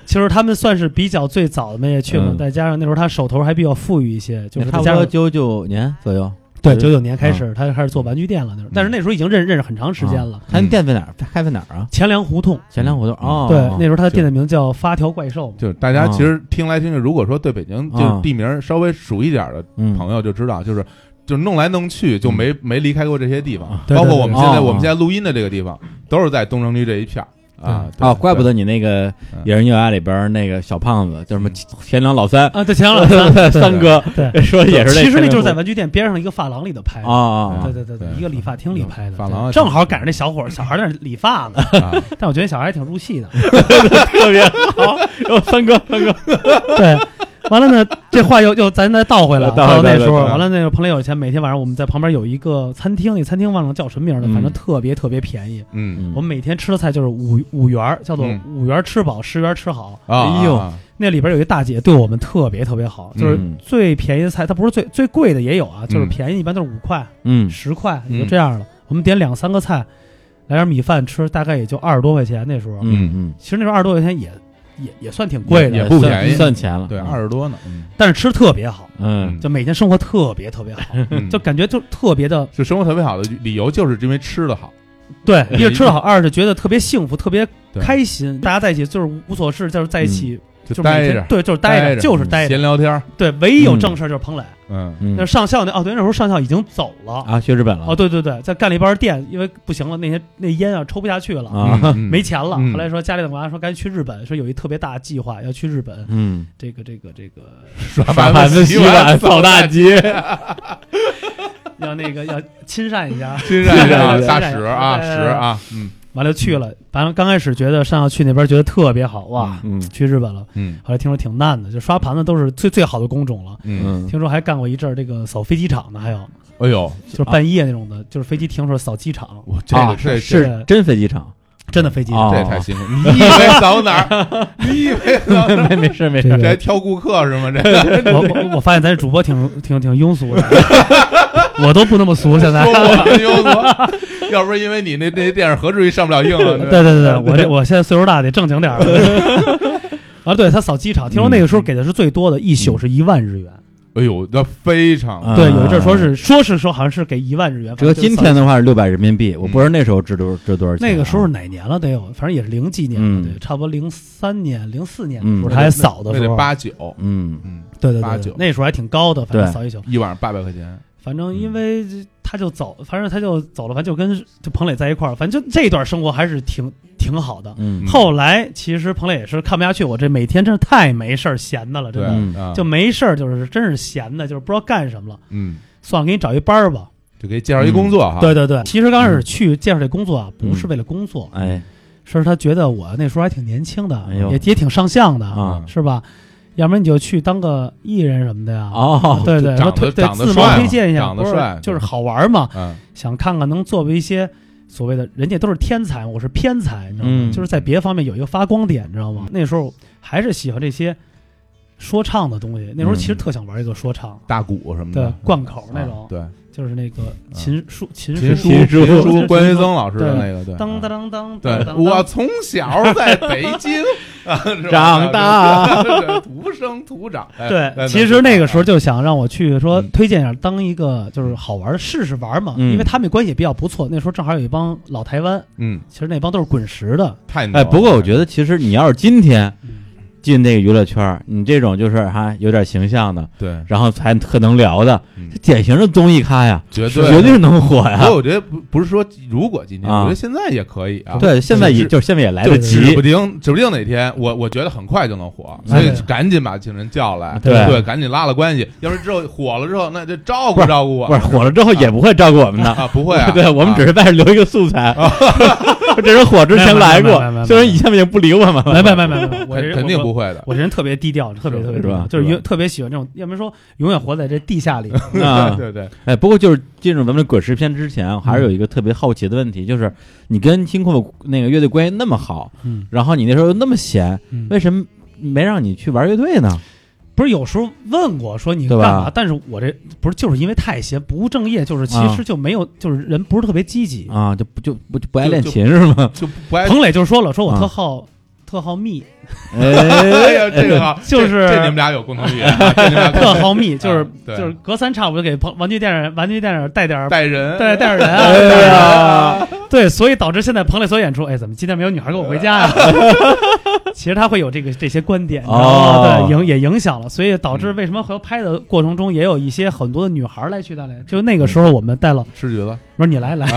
S3: 其实他们算是比较最早的那些去嘛，
S1: 嗯
S3: 再加上那时候他手头还比较富裕一些，就是
S1: 差
S3: 再
S1: 不
S3: 加
S1: 多
S3: 上
S1: 九九年左右，
S3: 对，
S1: 嗯
S3: 九九年开始，他就开始做玩具店了。那时候，但是那时候已经认认识很长时间了。
S1: 他那店在哪儿？开在哪儿啊？
S3: 钱粮胡同，
S1: 前两胡同哦，
S3: 嗯对，
S1: 哦
S3: 那时候他的店的名叫“发条怪兽”嘛。
S2: 就是大家其实听来听去，如果说对北京就是地名稍微熟一点的
S1: 嗯
S2: 朋友就知道，就是就弄来弄去就没没离开过这些地方，
S3: 对
S2: 包括
S3: 对
S2: 我们
S1: 对
S2: 现在
S1: 哦
S2: 我们现在录音的这个地方都是在东城区这一片儿啊
S1: 哦，怪不得你那个
S2: 嗯
S1: 《野人月牙》里边儿那个小胖子叫什么
S2: 嗯
S1: 前两老 三，
S3: 啊，对，钱粮老 三
S1: 三哥
S3: 对，
S1: 说 的也是，
S3: 其实那就是在玩具店边上一个发廊里头拍的。
S1: 啊嗯啊，
S3: 对
S1: 啊
S3: 对对对，
S2: 对
S3: 一个理发厅里拍的，
S2: 发廊啊
S3: 对正好赶上那小伙儿小孩儿在那理发呢，
S2: 对啊
S3: 但我觉得小孩儿还挺入戏的。
S1: 特别好。然后三哥，三哥，
S3: 对，完了呢，这话又又咱再倒回来，
S1: 倒回来
S3: 到那时候，
S1: 倒回来
S3: 完了那时候彭磊有钱，每天晚上我们在旁边有一个餐厅，那餐厅忘了叫什么名了，
S1: 嗯
S3: 反正特别特别便宜。
S2: 嗯
S1: 嗯
S3: 我们每天吃的菜就是五五元儿，叫做
S2: 嗯
S3: 五元儿吃饱，十元儿吃好。
S2: 啊，
S1: 哎呦
S2: 啊
S3: 那里边有一大姐对我们特别特别好，就是
S1: 嗯
S3: 最便宜的菜，它不是最最贵的也有啊，就是
S2: 嗯
S3: 便宜一般都是五块、
S1: 嗯
S3: 十块
S2: 嗯
S3: 也就这样了。我们点两三个菜，来点米饭吃，大概也就二十多块钱。那时候，
S1: 嗯嗯，
S3: 其实那时候二十多块钱也也嗯也算挺贵的，
S2: 也不
S1: 算
S2: 便宜
S1: 算钱了，
S2: 对，
S1: 嗯
S2: 二十多呢，嗯
S3: 但是吃特别好，
S1: 嗯
S3: 就每天生活特别特别好，
S2: 嗯
S3: 就感觉就特 别的
S2: 就生活特别好的理由就是因为吃的好，
S3: 对，一是吃的好，二是觉得特别幸福，特别
S2: 对嗯
S3: 开心，大家在一起就是无所事，就是在一起
S2: 就
S3: 就每
S2: 待
S3: 天
S2: 着，
S3: 对，就是待
S2: 待
S3: 着，
S2: 着
S3: 就是待着
S2: 闲，聊天儿，
S3: 对，唯一有正事儿就是彭磊。
S2: 嗯
S1: 嗯
S3: 那上校那哦，对，那时候上校已经走了。
S1: 啊，去日本
S3: 哦，
S1: 了
S3: 对对对，在干了一班店，因为不行了，那些那烟啊抽不下去了，
S1: 啊，
S2: 嗯嗯
S3: 没钱了。
S2: 嗯
S3: 后来说家里的娃说赶紧去日本，说有一特别大的计划要去日 本，
S1: 嗯，
S3: 这个这个这个
S2: 刷
S1: 把盘子洗碗扫大街，
S3: 要那个要亲善一下，
S2: 亲热
S1: 亲
S2: 一下
S1: 热一
S2: 大
S3: 下
S2: 使啊，
S3: 哎
S2: 使啊，嗯，
S3: 完了去了，完了刚开始觉得上要去那边觉得特别好哇，
S1: 嗯
S3: 去日本了。
S2: 嗯
S3: 后来听说挺难的，就刷盘子都是最最好的工种了。
S2: 嗯，
S1: 嗯
S3: 听说还干过一阵儿这个扫飞机场的，还有
S2: 哎呦，
S3: 就是半夜那种的，就是飞机停的时候扫机场，
S2: 我这
S1: 啊，
S2: 个这
S1: 是
S2: 这
S1: 是真飞机场，
S3: 真的飞机。
S1: 哦
S2: 这也太辛苦，你以为扫哪儿？你以为扫哪 儿？
S1: 没没事没事，
S3: 这
S2: 这还
S3: 个
S2: 挑顾客是吗？这
S3: 我我我发现咱这主播挺挺挺庸俗的，我都不那么俗 现在
S2: 说。我们幽默， 要不是因为你那那电影，何至于上不了映了？
S3: 对
S2: 这
S3: 对对对，我这我现在岁数大，得正经点儿了。啊，对他扫机场，听说那个时候给的是最多的，一宿是一万日元。
S2: 哎呦，那非常
S1: 嗯
S3: 对，有一阵儿说是说是说好像是给一万日元，
S1: 折
S3: 反正就是
S1: 今
S3: 扫
S1: 天的话是六百人民币，我不知道那时候值多值多少钱啊。
S3: 那个时候是哪年了？得有，反正也是零几年
S1: 嗯
S3: 了，对，差不多零三年、零四年
S1: 嗯
S3: 的时候，还扫的
S2: 那
S3: 时
S2: 得
S3: 候，啊
S2: 八九，
S1: 嗯
S2: 嗯，
S3: 对对
S2: 八
S3: 对
S2: 九
S3: 对，那时候还挺高的，反
S1: 对嗯
S3: 正扫一宿。
S2: 一晚上八百块钱，
S3: 反正因为他就走，反正他就走了，反正就跟就彭磊在一块儿，反正就这段生活还是挺挺好的。
S1: 嗯
S3: 后来其实彭磊也是看不下去，我这每天真是太没事儿闲的了，真
S2: 对，
S3: 的
S1: 嗯
S2: 啊
S3: 就没事儿，就是真是闲的，就是不知道干什么了。
S2: 嗯，
S3: 算了，给你找一班儿吧。
S2: 就给介绍一工作
S1: 啊
S2: 哈，
S3: 嗯对对
S1: 嗯
S3: 对，其实刚开始去介绍这工作啊，不是为了工作，
S1: 哎
S3: 是他觉得我那时候还挺年轻的，
S1: 哎呦
S3: 也也挺上相的，
S1: 啊
S3: 是吧？要不然你就去当个艺人什么的呀。
S1: 哦
S3: 对对，
S2: 长
S3: 说
S2: 得
S3: 推对
S2: 长得
S3: 自
S2: 帅
S3: 我
S2: 嘛
S3: 推荐一下，
S2: 长得
S3: 不是
S2: 帅
S3: 就是好玩嘛，
S2: 嗯，
S3: 想看看能作为一些所谓的人家都是天才，我是偏才，你知道吗？
S1: 嗯
S3: 就是在别方面有一个发光点，你知道吗？那时候还是喜欢这些说唱的东西，
S1: 嗯
S3: 那时候其实特想玩一个说唱。
S2: 大鼓什么
S3: 对
S2: 的，，
S3: 贯口那
S2: 啊
S3: 种，
S2: 对，
S3: 就是那个
S1: 嗯
S3: 琴书、琴
S2: 琴
S3: 书，
S1: 琴书
S2: 琴书，关学增老师的那个，对，
S3: 当当
S2: 啊
S3: 当当，
S2: 对
S3: 当，当
S2: 我从小在北 京啊是吧
S1: 长大
S2: 对土生土长，哎
S3: 对，其实那个时候就想让我去说推荐一下，当一个就是好玩儿试试玩儿嘛，
S1: 嗯
S3: 因为他们也关系也比较不错。那时候正好有一帮老台湾，
S2: 嗯，
S3: 其实那帮都是滚石的，
S2: 太牛
S1: 哎，
S2: 了
S1: 不过我觉得其实你要是今天进那个娱乐圈儿，你这种就是哈有点形象的，
S2: 对，
S1: 然后才特能聊的
S2: 嗯，
S1: 这典型的综艺咖呀，
S2: 绝对
S1: 绝对是能火呀
S2: 所以。我觉得不不是说如果今天，
S1: 啊
S2: 我觉得现在也可以啊。
S1: 对，现在也
S2: 指
S1: 就是现在也来
S2: 就
S1: 得
S2: 指不
S1: 及，
S2: 定，指不定哪天我我觉得很快就能火，所
S3: 哎
S2: 以
S3: 对
S2: 赶紧把情人叫来，
S1: 对
S2: 对，赶紧拉拉关系。要是之后火了之后，那就照
S1: 不
S2: 顾
S1: 是
S2: 照顾我
S1: 不是火了之后也不会照顾我们 的。
S2: 啊，不会 啊，
S1: 对我们只是在这留一个素材，这人火之前来过
S3: 没有没有没有没有没，有
S1: 虽然以前也不理我们了。
S3: 没没没没没，我
S2: 肯
S3: 这
S2: 肯定不
S3: 我。
S2: 会的。
S3: 我这人特别低调，特别特别
S1: 是吧
S3: 低调就是
S1: 吧
S3: 永特别喜欢这种，要不然说永远活在这地下里。
S1: 啊，
S2: 对对，
S1: 哎，不过就是进入咱们的滚石篇之前，我还是有一个特别好奇的问题，就是你跟金库那个乐队关系那么好，
S3: 嗯，
S1: 然后你那时候又那么闲，
S3: 嗯
S1: 为什么没让你去玩乐队呢？
S3: 不是有时候问过说你
S1: 对
S3: 干
S1: 吧
S3: 嘛，但是我这不是就是因为太闲不务正业，就是其
S1: 啊
S3: 实就没有，就是人不是特别积极。
S1: 啊，就不就不就不爱
S2: 就
S1: 练
S2: 就
S1: 琴是吗？
S2: 就不爱。
S3: 彭磊就说了，说我
S1: 啊
S3: 特好特好密，
S2: 哎
S1: 哎
S2: 呀，这 个好
S3: 就是
S2: 这这你们俩有共同语言啊，这你们俩共
S3: 特
S2: 同
S3: 好密，就是
S2: 啊对
S3: 就是隔三差五就给朋玩具店儿玩具店儿带点儿
S2: 带人，
S3: 带带点儿人
S1: 哎
S3: 啊，
S1: 呀，
S3: 对，所以导致现在彭磊所演出，哎，怎么今天没有女孩跟我回家呀、啊其实他会有这个这些观点，你知道吗
S1: 哦
S3: 对，影也影响了，所以导致为什么和拍的过程中也有一些很多的女孩来去带来，就那个时候我们带了，
S2: 吃橘子，
S3: 我说你来来。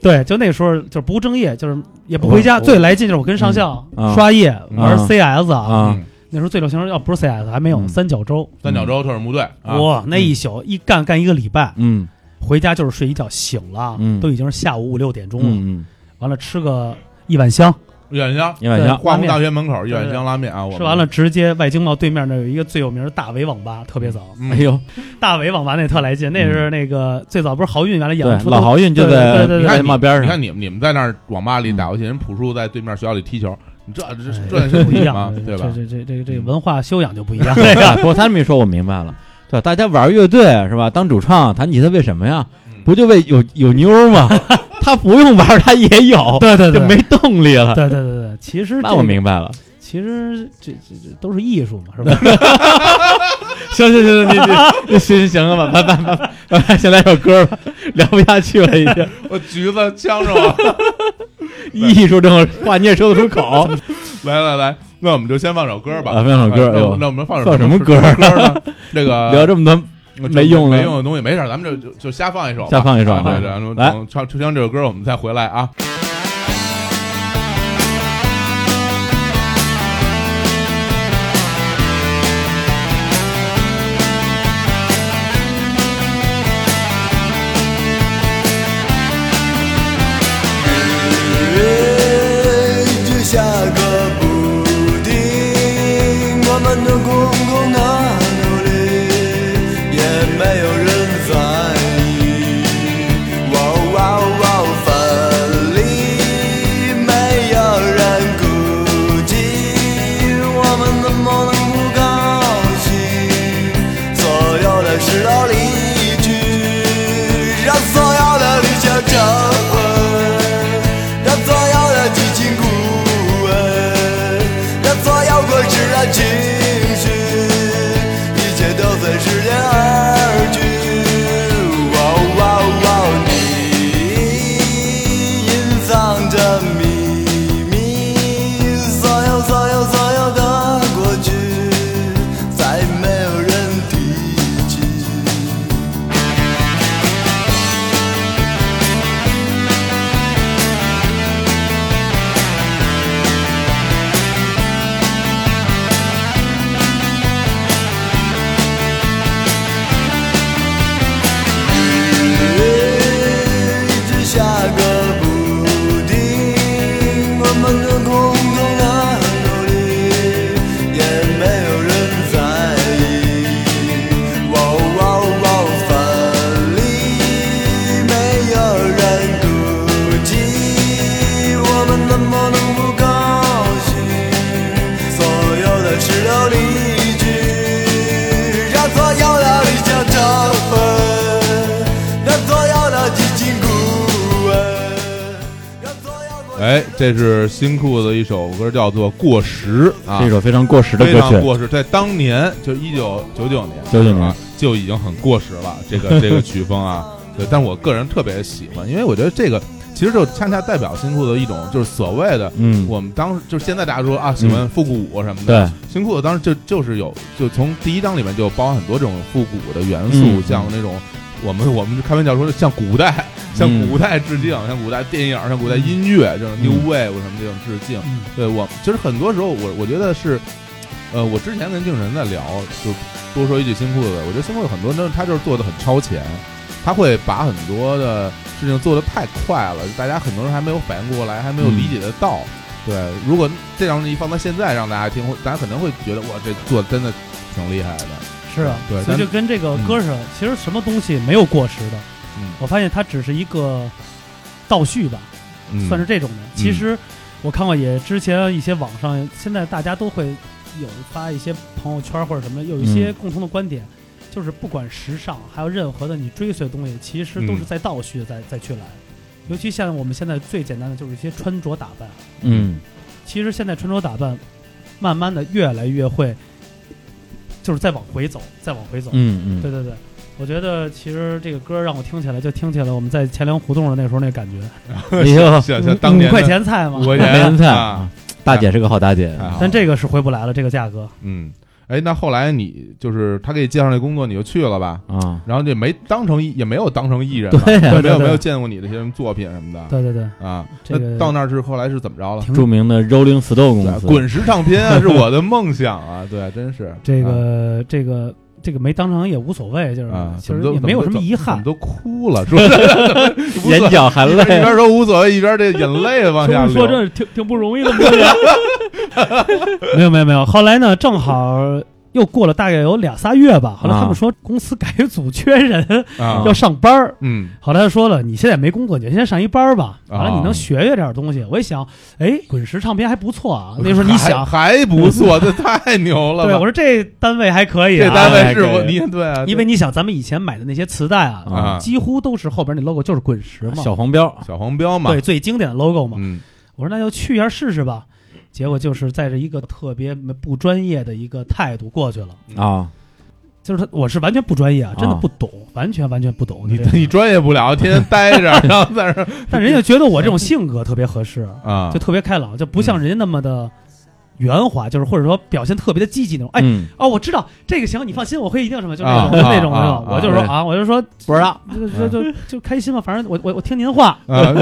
S3: 对，就那时候就是不务正业，就是也不回家。
S2: 我
S3: 最来劲就是我跟上校
S1: 嗯啊
S3: 刷夜玩
S1: 啊
S3: CS 啊，
S1: 啊
S2: 嗯，
S3: 那时候最流行要不是 CS 还没有
S1: 嗯
S3: 三角洲，
S2: 三角洲特种部队啊，
S3: 哇，那一宿一干干一个礼拜，
S1: 嗯
S3: 回家就是睡一觉，醒了、
S1: 嗯
S3: 都已经是下午五六点钟了，
S1: 嗯嗯，
S3: 完了吃个一碗香，
S2: 远香，
S1: 你晚上
S2: 化
S3: 对
S2: 工
S3: 拉面
S2: 大学门口一碗
S3: 对对
S2: 香拉面啊，我们
S3: 吃完了，直接外经贸对面那有一个最有名的大伟网吧，特别早，
S2: 嗯
S1: 哎呦，
S3: 大伟网吧那特来劲，那是那个最早不是豪运原来演
S1: 对
S3: 完，出
S1: 老
S3: 都
S1: 豪运就
S3: 对
S1: 在
S3: 对对
S1: 就
S3: 对
S2: 你
S1: 在
S2: 看
S1: 马边
S2: 你
S1: 上，
S2: 看你们你们在那儿网吧里
S1: 嗯
S2: 打游戏，人朴树在对面学校里踢球，你这这
S3: 哎
S2: 这
S3: 这
S2: 是
S3: 不一样
S2: 啊，，
S3: 这
S2: 对吧？
S3: 这这这这这文化修养就不一样
S1: 。对呀，不过他这么一说，我明白了。对，大家玩乐队是吧？当主唱弹吉他为什么呀？
S2: 嗯
S1: 不就为有有妞儿吗？他不用玩儿，他也有，
S3: 对对
S1: 就
S3: 对，
S1: 没动力了。
S3: 对对对对，其实
S1: 那
S3: 这
S1: 我
S3: 个
S1: 明白了，
S3: 其实这这这都是艺术嘛，是吧？
S1: 行行行，你你你行行行了吧，拜拜拜拜拜拜，先来首歌吧，聊不下去了已经。
S2: 我橘子呛着我，
S1: 艺术这种话你也说得出口，
S2: 来来来，那我们就先放首歌吧，
S1: 啊放首歌
S2: 哎那
S1: 哎呦
S2: 我那我们放首
S1: 放什么歌啊
S2: 什么歌呢？这个
S1: 聊这么多
S2: 就
S1: 没用了
S2: 没用的东西，没事儿，咱们就就就瞎放一首吧，
S1: 瞎放一首
S2: 啊
S1: 啊
S2: 对，然后
S1: 来
S2: 等唱唱这首歌，我们再回来啊。
S4: 「
S2: 哎，这是新裤子一首歌，叫做《过时》啊，
S1: 这首非常过时的
S2: 非
S1: 歌
S2: 常
S1: 曲，
S2: 过时，在当年就一九九九年，
S1: 99年
S2: 啊就已经很过时了。这个 这个曲风啊，对，但我个人特别喜欢，因为我觉得这个其实就恰恰代表新裤子一种就是所谓的。
S1: 嗯，
S2: 我们当时就是现在大家说啊，喜欢复古舞什么的，
S1: 对，
S2: 新裤子当时就就是有，就从第一章里面就包含很多这种复古的元素，
S1: 嗯
S2: 像那种我们我们开玩笑说的像古代，向
S1: 嗯
S2: 古代致敬，向古代电影，向古代音乐，这种 new wave 什么这种致敬。
S3: 嗯
S2: 对我其实很多时候我我觉得是，呃，我之前跟静晨在聊，就多说一句新裤子，我觉得新裤子很多呢，他就是做的很超前，他会把很多的事情做得太快了，大家很多人还没有反应过来，还没有理解得到。对，如果这张一放到现在让大家听，会大家可能会觉得哇，这做的真的挺厉害的。
S3: 是啊，
S2: 对
S3: 所以
S2: 但
S3: 就跟这个歌似的，其实什么东西没有过时的，
S2: 嗯
S3: 我发现它只是一个倒叙吧，
S2: 嗯，
S3: 算是这种的。其实我看过也之前一些网上，现在大家都会有发一些朋友圈或者什么，有一些
S1: 嗯
S3: 共同的观点，就是不管时尚，还有任何的你追随的东西，其实都是
S2: 嗯
S3: 在倒叙再再去来。尤其像我们现在最简单的就是一些穿着打扮，
S1: 嗯
S3: 其实现在穿着打扮，慢慢的越来越会，就是再往回走，再往回走。
S1: 嗯
S3: 对
S1: 嗯，
S3: 对对，我觉得其实这个歌让我听起来就听起来我们在钱粮胡同的那时候那感觉，
S1: 哎呦，
S2: 像
S3: 五
S2: 像当年
S3: 五
S2: 的
S3: 块嗯钱菜嘛
S2: 五。块
S1: 梅
S2: 钱
S1: 恩菜
S2: 啊，，
S1: 大姐是个好大姐，
S2: 太好
S3: 但这个是回不来了，这个价格。
S2: 嗯，哎，那后来你就是他给你介绍那工作，你就去了吧？
S1: 啊，
S2: 然后就没当成艺也没有当成艺人嘛，
S1: 对
S2: 也
S3: 对
S2: 没有
S3: 对
S2: 没有见过你的一些什么作品什么的
S3: 对对对，
S2: 啊。
S3: 这
S2: 那
S3: 个
S2: 到那儿是后来是怎么着了？
S3: 挺
S1: 著名的 Rolling Stone
S2: 嗯对
S1: 公司，
S2: 滚石唱片啊，是我的梦想啊！ 对，真是
S3: 这
S2: 啊
S3: 个这个这个没当成也无所谓，就是
S2: 啊，
S3: 其
S2: 怎
S3: 实
S2: 么都
S3: 也没有什么遗
S2: 怎
S3: 憾
S2: 么。都哭 了，说无所
S1: 眼
S2: 谓
S1: 角含
S2: 一边
S1: 泪，
S2: 说无所谓，一边这眼泪往下
S3: 说
S2: 流。
S3: 说这挺挺不容易的， 没有没有没有。后来呢，正好又过了大概有俩仨月吧。后来他
S1: 啊
S3: 们说公司改组缺人，
S2: 啊
S3: 要，上班儿。
S2: 嗯
S3: 后来他说了，你现在没工作，你就先上一班儿吧，
S2: 啊
S3: 完了你能学学点儿东西。我一想，哎，滚石唱片还不错 啊。那时候你
S2: 还
S3: 想，
S2: 还不错，这太牛了
S3: 对我
S2: 吧！
S3: 说这单位还可以、啊，
S2: 这单位是
S1: 哎
S2: 我
S1: 对
S2: 你对啊，
S3: 因为你想咱们以前买的那些磁带啊，
S2: 啊
S3: 几乎都是后边那 logo 就是滚石嘛，
S1: 小黄标，
S2: 小黄标嘛
S3: 对，，最经典的 logo 嘛。
S2: 嗯
S3: 我说那就去一下试试吧。结果就是在这一个特别不专业的一个态度过去了，
S1: 啊，
S3: 就是他我是完全不专业啊，真的
S1: 啊
S3: 不懂，完全完全不懂。
S2: 你
S3: 对
S2: 你专业不了，天天待 着，然后在这儿
S3: 但人家觉得我这种性格特别合适，
S2: 啊
S3: 就特别开朗，就不
S1: 嗯
S3: 像人家那么的圆滑，就是或者说表现特别的积极那种。哎，
S1: 嗯，
S3: 哦，我知道这个行，你放心，我会一定什么，就那种、
S2: 啊啊
S3: 那种
S2: 啊
S3: 那种。
S2: 啊
S3: 我就说
S1: 对
S3: 啊，我就说
S1: 不知道，嗯
S3: 就就就就开心嘛，反正我我我听您话，
S2: 啊，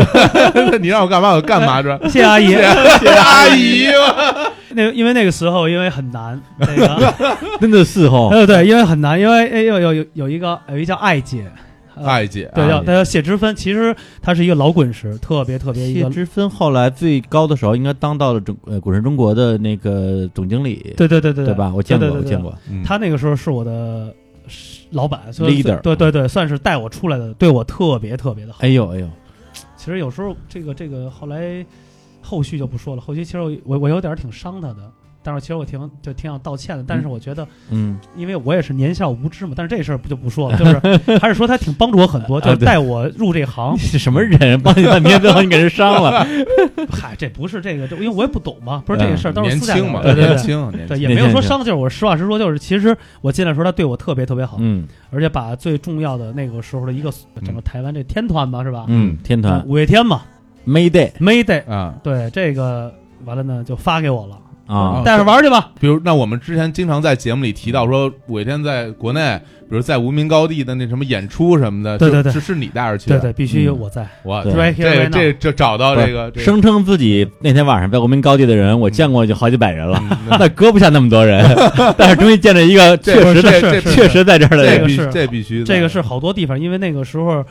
S2: 你让我干嘛我干嘛 这。
S3: 谢谢阿姨。
S2: 谢阿姨，
S3: 那因为那个时候因为很 难，那个
S1: 真的是吼，
S3: 对对，因为很难，因为哎有有有有一个有一个叫艾姐，呃
S2: 艾姐，
S3: 对，
S1: 艾
S3: 叫
S1: 姐
S3: 她叫谢之芬，其实她是一个老滚石，特别特别一
S1: 谢
S3: 个，
S1: 之芬后来最高的时候，应该当到了中呃滚石中国的那个总经理，
S3: 对对对对
S1: 对吧？我见过，
S3: 对对
S1: 我
S3: 对对
S1: 见过，
S2: 嗯
S3: 他那个时候是我的老板所以
S1: Leader
S3: 对对对，算是带我出来的，对我特别特别的好。
S1: 哎呦哎呦，
S3: 其实有时候这个这个后来后续就不说了，后期其实我我我有点挺伤他的，但是其实我挺就挺想道歉的，但是我觉得
S1: 嗯，
S3: 因为我也是年少无知嘛，但是这事儿不就不说了，就是 还是说他挺帮助我很多，
S2: 啊
S3: 就是带我入这行
S1: 你。是什么人？ 帮你半天，最后你给人伤 了，
S3: 嗨，这不是这个，这因为我也不懂嘛，不是这个事儿，都
S2: 嗯
S3: 是
S2: 年
S3: 私下聊
S2: 轻嘛，
S3: 对对
S2: 年
S3: 对。
S2: 轻，年
S3: 对，
S2: 轻，
S3: 也没有说伤的，就是我实话实说，就是其实我进来的时候，他对我特别特别好，
S1: 嗯
S3: 而且把最重要的那个时候的一个
S2: 嗯
S3: 整个台湾这天团吧，是吧？
S1: 嗯，天
S3: 啊
S1: 团
S3: 五月天嘛
S1: Mayday
S3: ，Mayday，
S2: 啊
S3: 对这个完了呢就发给我了，
S2: 哦
S1: 啊，
S3: 带着玩去吧。
S2: 比如，那我们之前经常在节目里提到说，五月天在国内，比如在无名高地的那什么演出什么的，
S3: 对
S2: 是
S3: 对对
S2: 是是你带着去
S3: 对
S2: 的，
S3: 对，必须我在。
S2: 哇，
S1: 对
S2: 这
S3: Right here, right
S2: 这
S3: now
S2: 这这找到这个嗯
S1: 不
S2: 这
S1: 是
S2: 个，
S1: 声称自己那天晚上在国民高地的人，我见过就好几百 人了，
S2: 嗯
S1: 那搁不下那么多 人，但是终于见着一个
S2: 这
S1: 确实
S2: 这
S1: 在
S2: 这
S3: 是
S1: 确实在这儿的
S2: 这
S1: 人，
S2: 必
S3: 这个是
S2: 这必须的，
S3: 这个是好多地方，因为那个时候，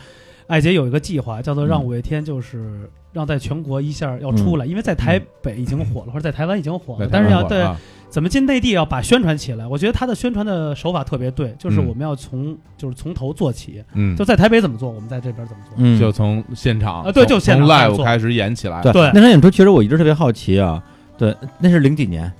S3: 艾姐有一个计划，叫做让
S1: 嗯
S3: 五月天就是让在全国一下要出来，因为在台北已经火了，或者在台湾已经火
S2: 嗯在台
S3: 了，但
S2: 湾
S3: 是
S2: 火
S3: 要
S2: 了
S3: 对
S2: 啊
S3: 怎么进内地要把宣传起来。我觉得他的宣传的手法特别对，就是
S2: 嗯
S3: 我们要从就是从头做起，
S2: 嗯
S3: 就，在台北怎么做，我们在这边怎么做。
S1: 嗯，
S2: 就从现场
S3: 啊对
S2: 从
S3: 就现
S2: 从
S3: 场开始
S2: live
S3: 做
S2: 开始演起来，
S1: 对
S3: 对
S1: 那场演出，其实我一直特别好奇啊，对，那是零几年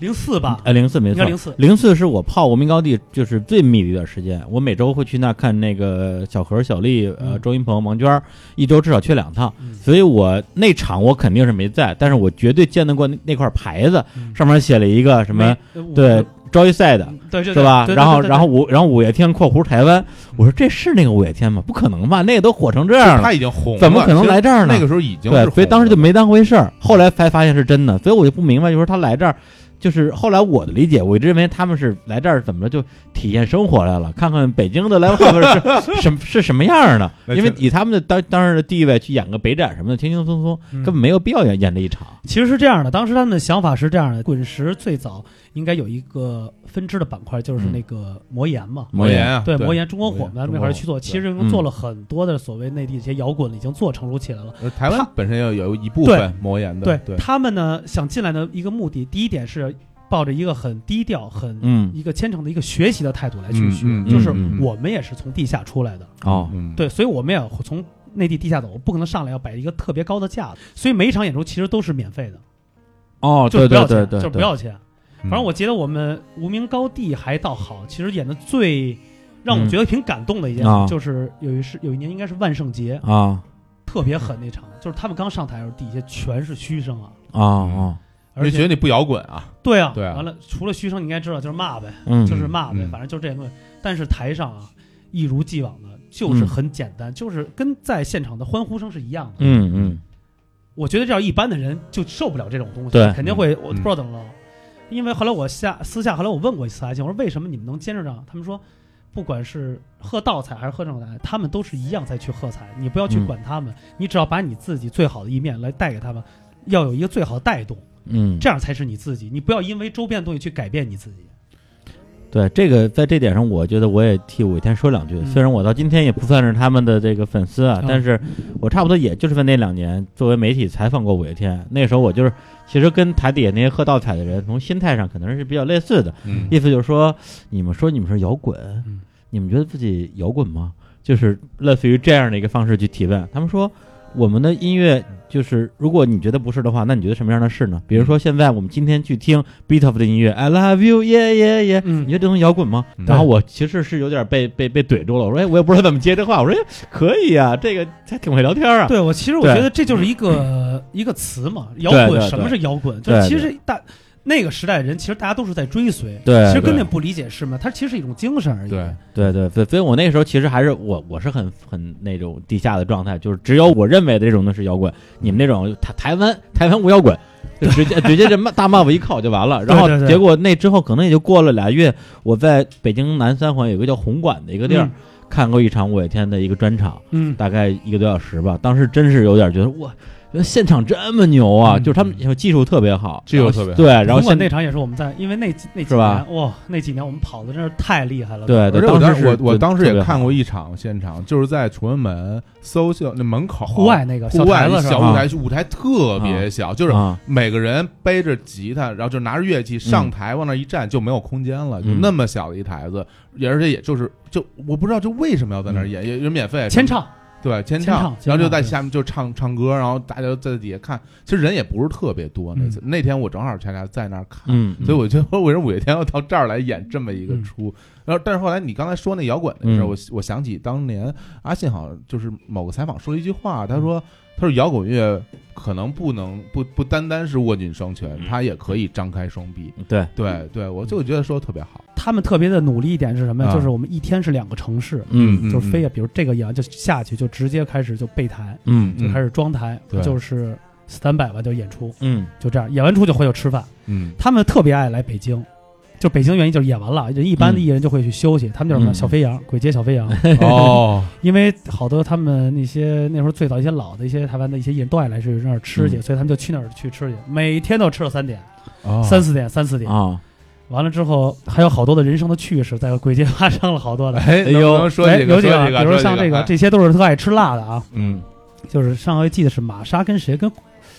S3: 零四
S2: 嗯
S3: 吧，
S1: 呃，零四没
S3: 应
S1: 错
S3: 该，零四，
S1: 零四是我泡无名高地就是最密的一段时间，我每周会去那看那个小何、小丽、呃
S3: 嗯
S1: 周云鹏、王娟儿，一周至少去两趟，
S3: 嗯
S1: 所以我那场我肯定是没在，但是我绝对见得过那那块牌子，
S3: 嗯
S1: 上面写了一个什么
S3: 没呃我
S1: 对 Joyside
S3: 嗯对对
S1: 是吧？
S3: 对对
S1: 然后
S3: 对对
S1: 然后五然后五月天（括弧台湾），我说这是那个五月天吗？不可能吧，那个都火成这样了
S2: 他，已经红了，
S1: 怎么可能来这儿呢？
S2: 那个时候已经是红
S1: 对，
S2: 了
S1: 所以当时就没当回事儿，后来才发现是真的，所以我就不明白，就是他来这儿，就是后来我的理解，我一直认为他们是来这儿怎么着就体验生活来了，看看北京的来是 什么是什么样儿 的，
S2: 那
S1: 因为
S2: 确
S1: 以他们的当当时的地位去演个北展什么的，轻轻松松，
S3: 嗯
S1: 根本没有必要演演这一场。
S3: 其实是这样的，当时他们的想法是这样的：滚石最早应该有一个分支的板块，就是
S1: 嗯
S3: 那个魔岩嘛。
S2: 魔岩啊，
S3: 对魔
S2: 岩，
S3: 岩、中国火
S2: 魔
S3: 门
S2: 岩
S3: 那块
S2: 中
S3: 儿
S2: 国
S3: 去做，
S2: 火
S3: 其实
S1: 对
S3: 做了很多的所谓内地这些摇滚，已经做成熟起来了。
S2: 呃台湾本身要有一部分魔岩的，对，
S3: 他们呢，想进来的一个目的，第一点是抱着一个很低调、很
S1: 嗯，
S3: 一个虔诚的一个学习的态度来去
S2: 嗯
S3: 学，
S2: 嗯
S3: 就是
S1: 嗯
S2: 嗯
S3: 我们也是从地下出来的，
S1: 哦，
S2: 嗯，
S3: 对，所以我们也从内地地下走，不可能上来要摆一个特别高的架子，所以每一场演出其实都是免费的，
S1: 哦，
S3: 就是
S1: 对
S3: 不
S1: 对
S3: 要
S1: 对
S3: 钱，
S1: 对，
S3: 就是不
S1: 对
S3: 要钱。
S2: 嗯，
S3: 反正我觉得我们无名高地还倒好，其实演的最让我觉得挺感动的一件事，
S1: 嗯嗯啊
S3: 就是有一是有一年应该是万圣节，
S1: 啊
S3: 特别狠那场，就是他们刚上台的时候，底下全是嘘声啊，
S1: 啊啊，
S2: 你
S3: 而
S2: 觉得
S3: 且
S2: 你不摇滚啊？
S3: 对啊，
S2: 对啊
S3: 完了除了嘘声，你应该知道就是骂呗，
S1: 嗯，
S3: 就是骂呗，
S2: 嗯
S3: 反正就是这些东西。但是台上啊，一如既往的，就是很简单，就是跟在现场的欢呼声是一样的。
S1: 嗯嗯
S3: 我觉得这要一般的人就受不了这种东西，
S1: 对
S3: 肯定会我
S2: 嗯
S3: 不知道怎么了。因为后来我下私下后来我问过一次阿庆，我说为什么你们能坚持这样？他们说，不管是喝倒彩还是喝正彩，他们都是一样在去喝彩，你不要去
S1: 嗯
S3: 管他们，你只要把你自己最好的一面来带给他们，要有一个最好的带动，
S1: 嗯，
S3: 这样才是你自己。你不要因为周边的东西去改变你自己。
S1: 对这个，在这点上，我觉得我也替五月天说两句。
S3: 嗯
S1: 虽然我到今天也不算是他们的这个粉丝啊，
S3: 啊
S1: 但是我差不多也就是在那两年作为媒体采访过五月天。那时候我就是，其实跟台底下那些喝倒彩的人，从心态上可能是比较类似的。
S2: 嗯
S1: 意思就是说，你们说你们是摇滚，
S3: 嗯
S1: 你们觉得自己摇滚吗？就是类似于这样的一个方式去提问。他们说，我们的音乐就是，如果你觉得不是的话，那你觉得什么样的是呢？比如
S3: 嗯
S1: 说，现在我们今天去听 Beat of 的音乐，I love you, yeah yeah yeah，
S3: 嗯
S1: 你觉得这东西摇滚吗？
S2: 嗯
S1: 然后我其实是有点被被被怼住了，我说，哎，我也不知道怎么接这话。我说，哎，可以啊，这个还挺会聊天啊。
S3: 对我其实我
S1: 对嗯
S3: 觉得这就是一 个一个词嘛，摇
S1: 对
S3: 滚
S1: 对
S3: 什么是摇滚？就
S1: 对
S3: 是其实大那个时代人其实大家都是在追随，
S1: 哎对
S3: 其实根
S2: 对
S3: 本不理解是吗？它其实是一种精神而已。
S2: 对，
S1: 对对对，所以我那个时候其实还是我我是很很那种地下的状态，就是只有我认为的这种的是摇滚，你们那种台台湾台湾无摇滚，就直接直接这骂 大骂我一口就完了。然后
S3: 对对对
S1: 结果那之后可能也就过了俩月，我在北京南三环有一个叫红馆的一个地儿、
S3: 嗯
S1: 看过一场五月天的一个专场，
S3: 嗯，
S1: 大概一个多小时吧。当时真是有点觉得哇，觉得现场这么牛啊！
S3: 嗯
S1: 就是他们技术特别好，
S2: 技术特别好
S1: 对，然后
S3: 不过
S1: 现
S3: 那场也是我们在，因为那那几
S1: 是吧
S3: 年哇，那几年我们跑的真是太厉害了。
S1: 对对，
S2: 而且我
S1: 当
S2: 当
S1: 时
S2: 时我
S1: 是
S2: 我当时
S1: 特别
S2: 也
S1: 好
S2: 看过一场现场，就是在崇文门搜秀那门口啊
S3: 户外那个
S2: 户
S3: 小
S2: 外
S3: 台子是
S2: 小
S3: 吧？
S2: 舞台，舞台特别小，就是
S1: 啊
S2: 每个人背着吉他，然后就拿着乐器上台，往那一站就没有空间了，就
S1: 嗯
S2: 那么小的一台子，也而且也就是就我不知道就为什么要在
S1: 嗯
S2: 那儿演，也也免费
S3: 签，唱，
S2: 对签
S3: 签
S2: 唱
S3: 唱，
S2: 然后就在
S3: 签唱
S2: 下面就唱唱歌，然后大家就在底下看，其实人也不是特别多。那
S3: 嗯
S2: 次那天我正好恰恰在那儿看，
S1: 嗯，嗯
S2: 所以我觉得为什么五月天要到这儿来演这么一
S3: 嗯
S2: 个出？然后，但是后来你刚才说那摇滚的事儿，
S1: 嗯
S2: 我我想起当年阿信好像就是某个采访说了一句话，
S3: 嗯
S2: 他说他说摇滚乐可能不能不不单单是握紧双拳，他也可以张开双臂。
S1: 嗯对。
S2: 对对，我就觉得说得特别好。
S3: 他们特别的努力一点是什么呀？
S2: 啊
S3: 就是我们一天是两个城市，
S1: 嗯
S2: 嗯
S3: 就是飞呀，比如这个演完就下去，就直接开始就备台，
S1: 嗯
S2: 嗯
S3: 就开始装台，
S2: 对
S3: 就是三百吧就演出，
S1: 嗯
S3: 就这样演完出就回去吃饭。
S2: 嗯
S3: 他们特别爱来北京，就北京原因就是演完了，人一般的艺人就会去休息，他们就是什么
S1: 嗯
S3: 小飞羊、鬼街小飞羊，
S2: 哦，
S3: 因为好多他们那些那时候最早一些老的一些台湾的一些艺人都爱来这那儿吃去，
S1: 嗯
S3: 所以他们就去那儿去吃去，每天都吃到三点、
S2: 哦
S3: 三四点、三四点，
S1: 啊，
S3: 完了之后还有好多的人生的趣事，在鬼街发生了好多的。
S2: 哎，能不 能说
S3: 哎
S2: 几
S3: 有
S2: 个
S3: 几
S2: 说几
S3: 比如
S2: 说
S3: 像
S2: 几
S3: 这
S2: 个啊
S3: 个，，这些都是特爱吃辣的啊。
S1: 嗯
S3: 就是上回记得是玛莎跟谁跟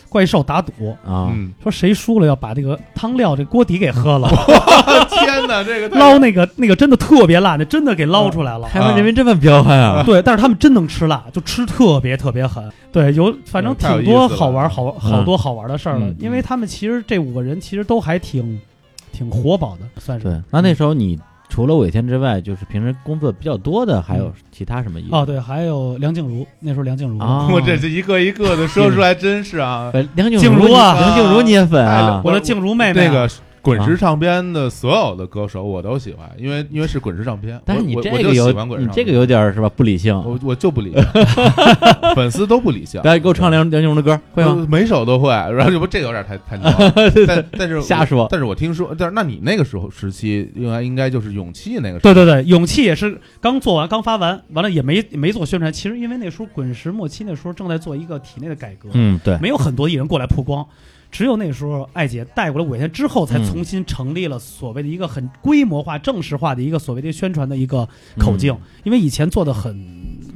S3: 怪兽打赌，
S1: 啊，
S2: 嗯，
S3: 说谁输了要把这个汤料这锅底给喝了，
S2: 天哪，这个太
S3: 捞那个那个真的特别辣，那真的给捞出来了。
S1: 台湾人民这么彪悍 啊！
S3: 对，但是他们真能吃辣，就吃特别特别狠。对，有反正
S2: 嗯太有
S3: 挺
S2: 意
S3: 多
S2: 思了
S3: 好玩好
S1: 嗯
S3: 好多好玩的事儿了
S1: 嗯，
S3: 因为他们其实这五个人其实都还挺挺活宝的，算 是。
S1: 对，那那时候你除了尾田之外，就是平时工作比较多的，还
S2: 嗯
S1: 有其他什么艺
S3: 哦，对，还有梁静茹，那时候梁静茹，
S1: 啊？
S2: 我这是一个一个的说出来，真是啊，
S1: 哎梁
S3: 静
S1: 静
S3: 茹啊
S1: 梁静茹你也粉
S2: 哎
S1: 啊？
S3: 我的静茹妹妹啊
S2: 那个滚石唱片的所有的歌手我都喜欢，因为因为是滚石唱片，
S1: 但是
S2: 我
S1: 你
S2: 我
S1: 这
S2: 我
S1: 个
S2: 就
S1: 有
S2: 喜欢滚石
S1: 你
S2: 唱
S1: 这
S2: 片
S1: 个有点儿是吧不理性。
S2: 我我就不理 性，粉丝都不理性。
S1: 来，给我唱梁梁静茹的歌，会吗？
S2: 呃每首都会，然后就不这个有点太太牛 了，但但是我
S1: 瞎说
S2: 但是我听说，但是那你那个时候时期，应该应该就是勇气那个时候，啊
S3: 对对对，勇气也是刚做完，刚发完，完了也没没做宣传。其实因为那时候滚石末期，那时候正在做一个体内的改革，
S1: 嗯， 对，
S3: 没有很多艺人过来曝光，只有那时候艾姐带过来五天之后，才
S1: 嗯
S3: 重新成立了所谓的一个很规模化、正式化的一个所谓的宣传的一个
S1: 嗯
S3: 口径。因为以前做的很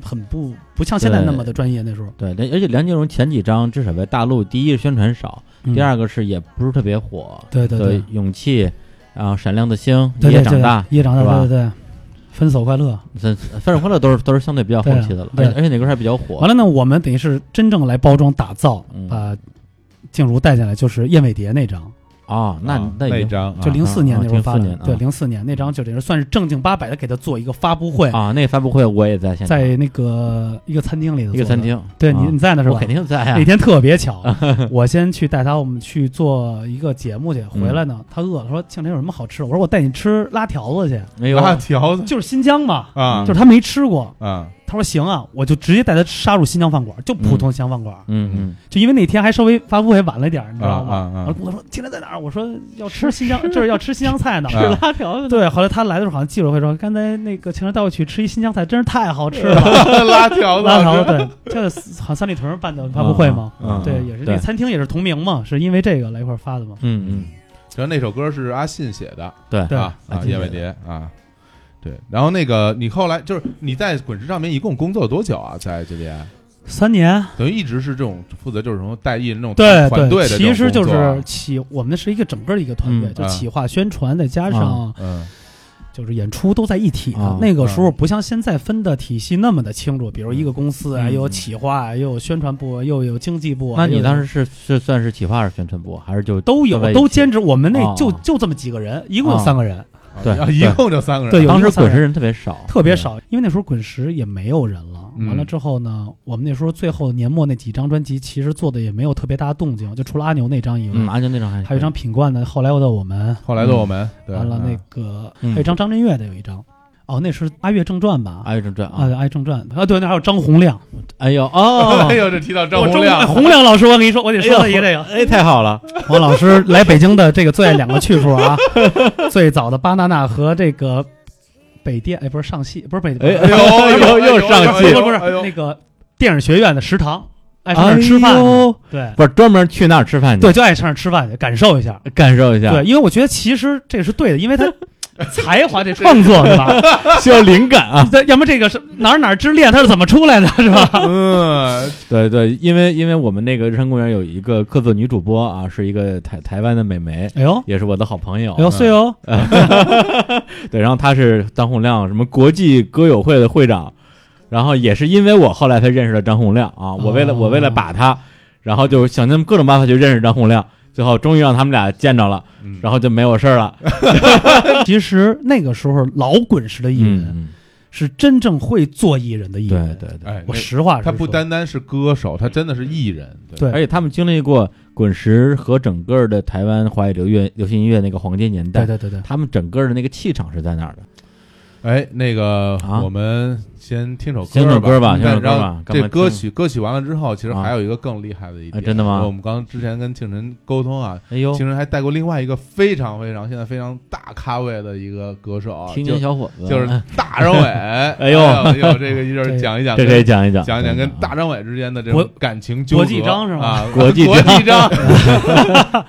S3: 很不不像现在那么的专业，那时候。
S1: 对，梁而且梁静茹前几张至少在大陆，第一是宣传少，嗯第二
S3: 个，
S1: 个是也不是特别火。
S3: 嗯对对对，
S1: 勇气，然后闪亮的星，
S3: 对
S1: 也
S3: 对
S1: 长大，，
S3: 也长
S1: 是
S3: 大，
S1: 吧
S3: 对对对，分手快乐。
S1: 分分手快乐都是都是相对比较后期的了，而
S3: 对
S1: 且而且那歌还比较火
S3: 完。了呢，我们等于是真正来包装打造
S1: 嗯，
S3: 把静茹带进来，就是《燕尾蝶》那张，
S1: 哦，那
S2: 啊
S1: 那
S2: 那
S1: 已
S2: 一
S1: 经
S2: 张
S3: 就
S2: 啊
S3: 零四年那时候发
S1: 啊啊
S3: 的
S1: 04年，啊
S3: 对，零四年那张就等于是算是正经八百的给他做一个发布会，
S1: 啊，那发布会我也在现场，
S3: 在那个一个餐厅里头，
S1: 一个餐，厅，
S3: 对
S1: 啊
S3: 你你在那是
S1: 我
S3: 吧
S1: 肯？定在啊
S3: 那。天特 别巧，我先去带他，我们去做一个节目去，
S1: 嗯
S3: 回来呢，他饿了，说庆林有什么好吃的？我说我带你吃拉条子去，
S1: 哎呦，
S2: 啊条子
S3: 就是新疆嘛，
S2: 啊
S3: 就是他没吃过。
S2: 啊，
S3: 他说行啊，我就直接带他杀入新疆饭馆，就普通新疆饭馆，
S1: 嗯嗯，
S3: 就因为那天还稍微发布会晚了一点儿，你知道吗？
S2: 啊啊啊
S3: 然后我说庆林在哪儿？我说要吃新疆，就是要吃新疆菜呢。
S2: 吃
S1: 啊拉条子，
S3: 对，后来他来的时候好像记者会说，刚才那个庆林带我去吃一新疆菜，真是太好 吃了。
S2: 拉条子，
S3: 拉条对，这好像三里屯办的发布会嘛，
S2: 嗯
S1: 啊啊
S3: 对，也是那
S1: 对
S3: 个餐厅也是同名嘛，是因为这个来一块儿发的嘛。
S1: 嗯嗯，
S2: 然后那首歌是阿信写的
S1: 对
S3: 对
S2: 啊
S1: 阿
S2: 啊，
S1: 信
S2: 叶
S1: 写
S2: 伟
S1: 的
S2: 蝶啊。对，然后那个你后来就是你在滚石上面一共工作了多久啊？在这边
S3: 三年，
S2: 等于一直是这种负责就是什么带艺人那种
S3: 对
S2: 团队
S3: 对，
S2: 的这种
S3: 其实就
S2: 工作啊
S3: 是企，我们是一个整个的一个团队，
S1: 嗯
S3: 就
S2: 啊
S3: 企划、宣传，再加
S1: 啊
S3: 上
S2: 嗯
S3: 就是演出都在一体
S1: 啊
S3: 的。那个时候不像现在分的体系那么的清楚，比如一个公司啊，
S1: 嗯
S3: 又有企划，又有宣传部，又有经济部。
S1: 那你当
S3: 时？
S1: 时是是算是企划还是宣传部，啊还是就
S3: 都有
S1: 在一起
S3: 都兼职，我们那就
S1: 啊
S3: 就这么几个人，一共有
S1: 啊
S3: 三个人，
S1: 对
S2: 啊一共就三个人，
S3: 对有
S1: 当时
S3: 一个三
S1: 滚
S3: 人
S1: 石人特别少，
S3: 特别少，因为那时候滚石也没有人了。
S2: 嗯
S3: 完了之后呢，我们那时候最后年末那几张专辑，其实做的也没有特别大动静，就除了阿牛那张以
S1: 对。
S3: 外，
S1: 嗯，阿牛那张还
S3: 还有一张品冠的，后来又到我们，
S2: 后来的我们，对
S3: 完了
S2: 嗯
S3: 那个、
S1: 嗯
S3: 还有一张张震岳的有一张，哦，那是《阿月正传》吧？
S1: 阿牛正传
S3: 啊，
S1: 啊，
S3: 《阿月正传》啊，对，那还有张洪亮，
S1: 哎呦 哦
S2: 哎，呦，这提到张
S3: 我
S2: 洪亮
S3: 哎，洪亮老师，我跟你说，我得说
S1: 哎
S3: 他一
S1: 呦
S3: 个这个，
S1: 哎，太好了，
S3: 黄老师来北京的这个最爱两个去处啊， 最早的巴娜娜和这个北电，哎，不是上戏，不是北，
S1: 哎
S2: 哎呦哎呦，
S1: 又又上
S2: 哎呦
S1: 戏
S3: 不是不是、
S2: 哎呦
S3: 那个电影学院的食堂，爱上那儿吃饭
S1: 哎
S3: 去、
S1: 呦
S3: 对
S1: 不是专门去那儿吃饭去，
S3: 对，就爱上那儿吃饭去，感受一下。
S1: 感受一下，
S3: 对，因为我觉得其实这是对的，因为他才华这创作是吧？
S1: 需要灵感啊，
S3: 这要么这个是哪儿哪儿之恋，他是怎么出来的，是吧？
S2: 嗯，
S1: 对对，因为因为我们那个日坛公园有一个客座女主播啊，是一个台台湾的美眉，
S3: 哎呦，
S1: 也是我的好朋友。嗯
S3: 哎呦，碎哦，
S1: 对，然后她是张洪亮什么国际歌友会的会长，然后也是因为我后来才认识了张洪亮啊。我
S3: 哦
S1: 为了、我为了把她，然后就想尽各种办法去认识张洪亮，最后终于让他们俩见着了，
S2: 嗯
S1: 然后就没我事儿
S3: 哎
S1: 了。
S3: 其实那个时候老滚石的艺人、
S1: 嗯，
S3: 是真正会做艺人的艺
S1: 对
S3: 人。
S1: 对对，
S2: 哎，
S3: 我
S2: 那
S3: 实话实
S2: 他不
S3: 说
S2: 单单是歌手，他真的是艺人，
S3: 对
S1: 而且他们经历过滚石和整个的台湾华语流乐流行音乐那个黄金年代，
S3: 对对对对，
S1: 他们整个的那个气场是在那儿的。
S2: 哎，那个
S1: 啊
S2: 我们先听首
S1: 先听首歌
S2: 歌
S1: 吧
S2: 嗯
S1: 先听首歌吧
S2: 然后
S1: 干嘛
S2: 这歌
S1: 听
S2: 曲歌曲完了之后，其实
S1: 啊
S2: 还有一个更厉害的一
S1: 哎
S2: 点，
S1: 真的吗
S2: 我们刚刚之前跟庆晨沟通啊，
S1: 哎呦，
S2: 庆晨还带过另外一个非常非常现在非常大咖位的一个歌手啊，
S1: 青
S2: 就
S1: 年小伙子，
S2: 就是大张 伟，哎
S1: 呦
S2: 哎呦，这个一阵儿
S3: 这
S2: 讲一讲
S1: 这
S2: 跟，
S1: 可以讲一讲，
S2: 讲一讲跟大张伟之间的这种
S3: 国
S2: 感情纠葛，
S3: 国际章是吗
S2: 啊，
S1: 啊国际
S2: 国
S1: 章
S2: 际章。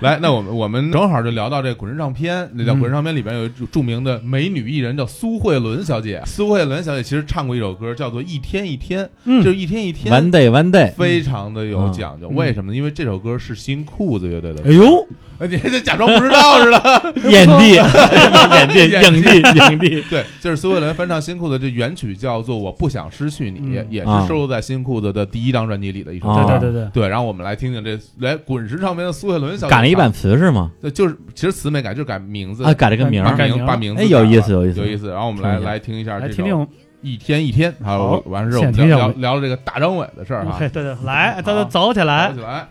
S2: 来，那我们我们正好就聊到这《滚石唱片》，聊《
S3: 嗯
S2: 滚石唱片》里边有一著著名的美女艺人叫苏慧伦小姐。苏慧伦小姐其实唱过一首歌，叫做《一天一天》，
S3: 嗯
S2: 就是一天一天。
S1: One Day One Day，
S2: 非常的有
S1: 嗯
S2: 讲究，
S3: 嗯
S2: 为什么呢？因为这首歌是新裤子乐队的歌。
S3: 哎呦，
S2: 哎你这假装不知道似的。
S1: 眼 帝， 眼帝，影帝，影 帝，
S2: 对，就是苏慧伦翻唱新裤子，这原曲叫做《我不想失去你》，
S3: 嗯
S2: 也
S1: 啊
S2: 是收录在新裤子的第一张专辑里的一首
S1: 哦
S2: 歌。
S3: 对对对对，
S2: 对，然后我们来听听这来滚石唱片的苏慧伦小姐
S1: 改了一版，词是吗？
S2: 对，就是其实词没改，就是改名字
S1: 啊，改了个名
S2: 把
S1: 儿，
S3: 改
S2: 名
S3: 名
S2: 把名字
S1: 哎有
S2: 改了
S1: 意思有意思
S2: 有意思。然后我们来
S1: 听一下
S2: 来听一下
S3: 来
S2: 这
S3: 听
S2: 首
S3: 听我
S2: 《
S3: 们，
S2: 一天一天》，还有
S3: 好
S2: 完事儿我
S3: 先
S2: 们
S3: 听一下
S2: 聊
S3: 我
S2: 聊聊这个大张伟的事儿啊
S3: 嘿，，对对，来，咱
S2: 好
S3: 们走起
S2: 聊
S3: 来
S2: 起，来。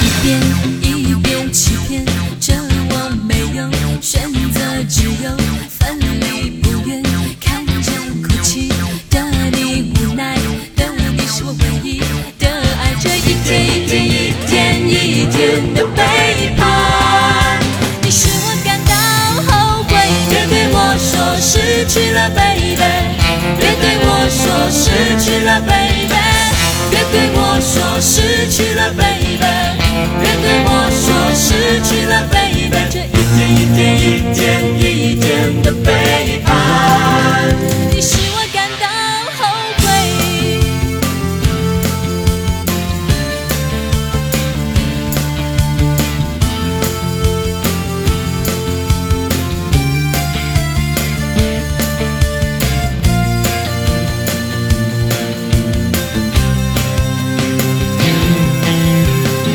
S4: 一遍一遍欺骗着我，没有选择，只有分离不愿。看着哭泣的你，无奈的你是我唯一的爱。这一天一天一天一天的背叛，你使我感到后悔。别对我说失去了 baby，别对我说失去了 baby。别对我说失去了 baby，别对我说失去了 baby，这一天一天一天一天的背叛，你使我感到后悔。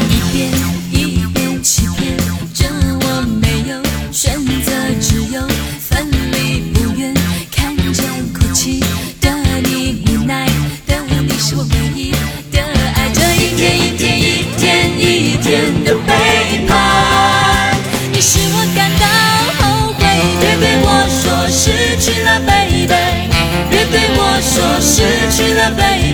S4: 一遍一遍欺骗着我，没有选择，只有分离不愿。看着哭泣的你，无奈的你是我唯一的爱。这一天一天一天一天的背叛，你使我感到后悔。别对我说失去了 baby，别对我说失去了 baby。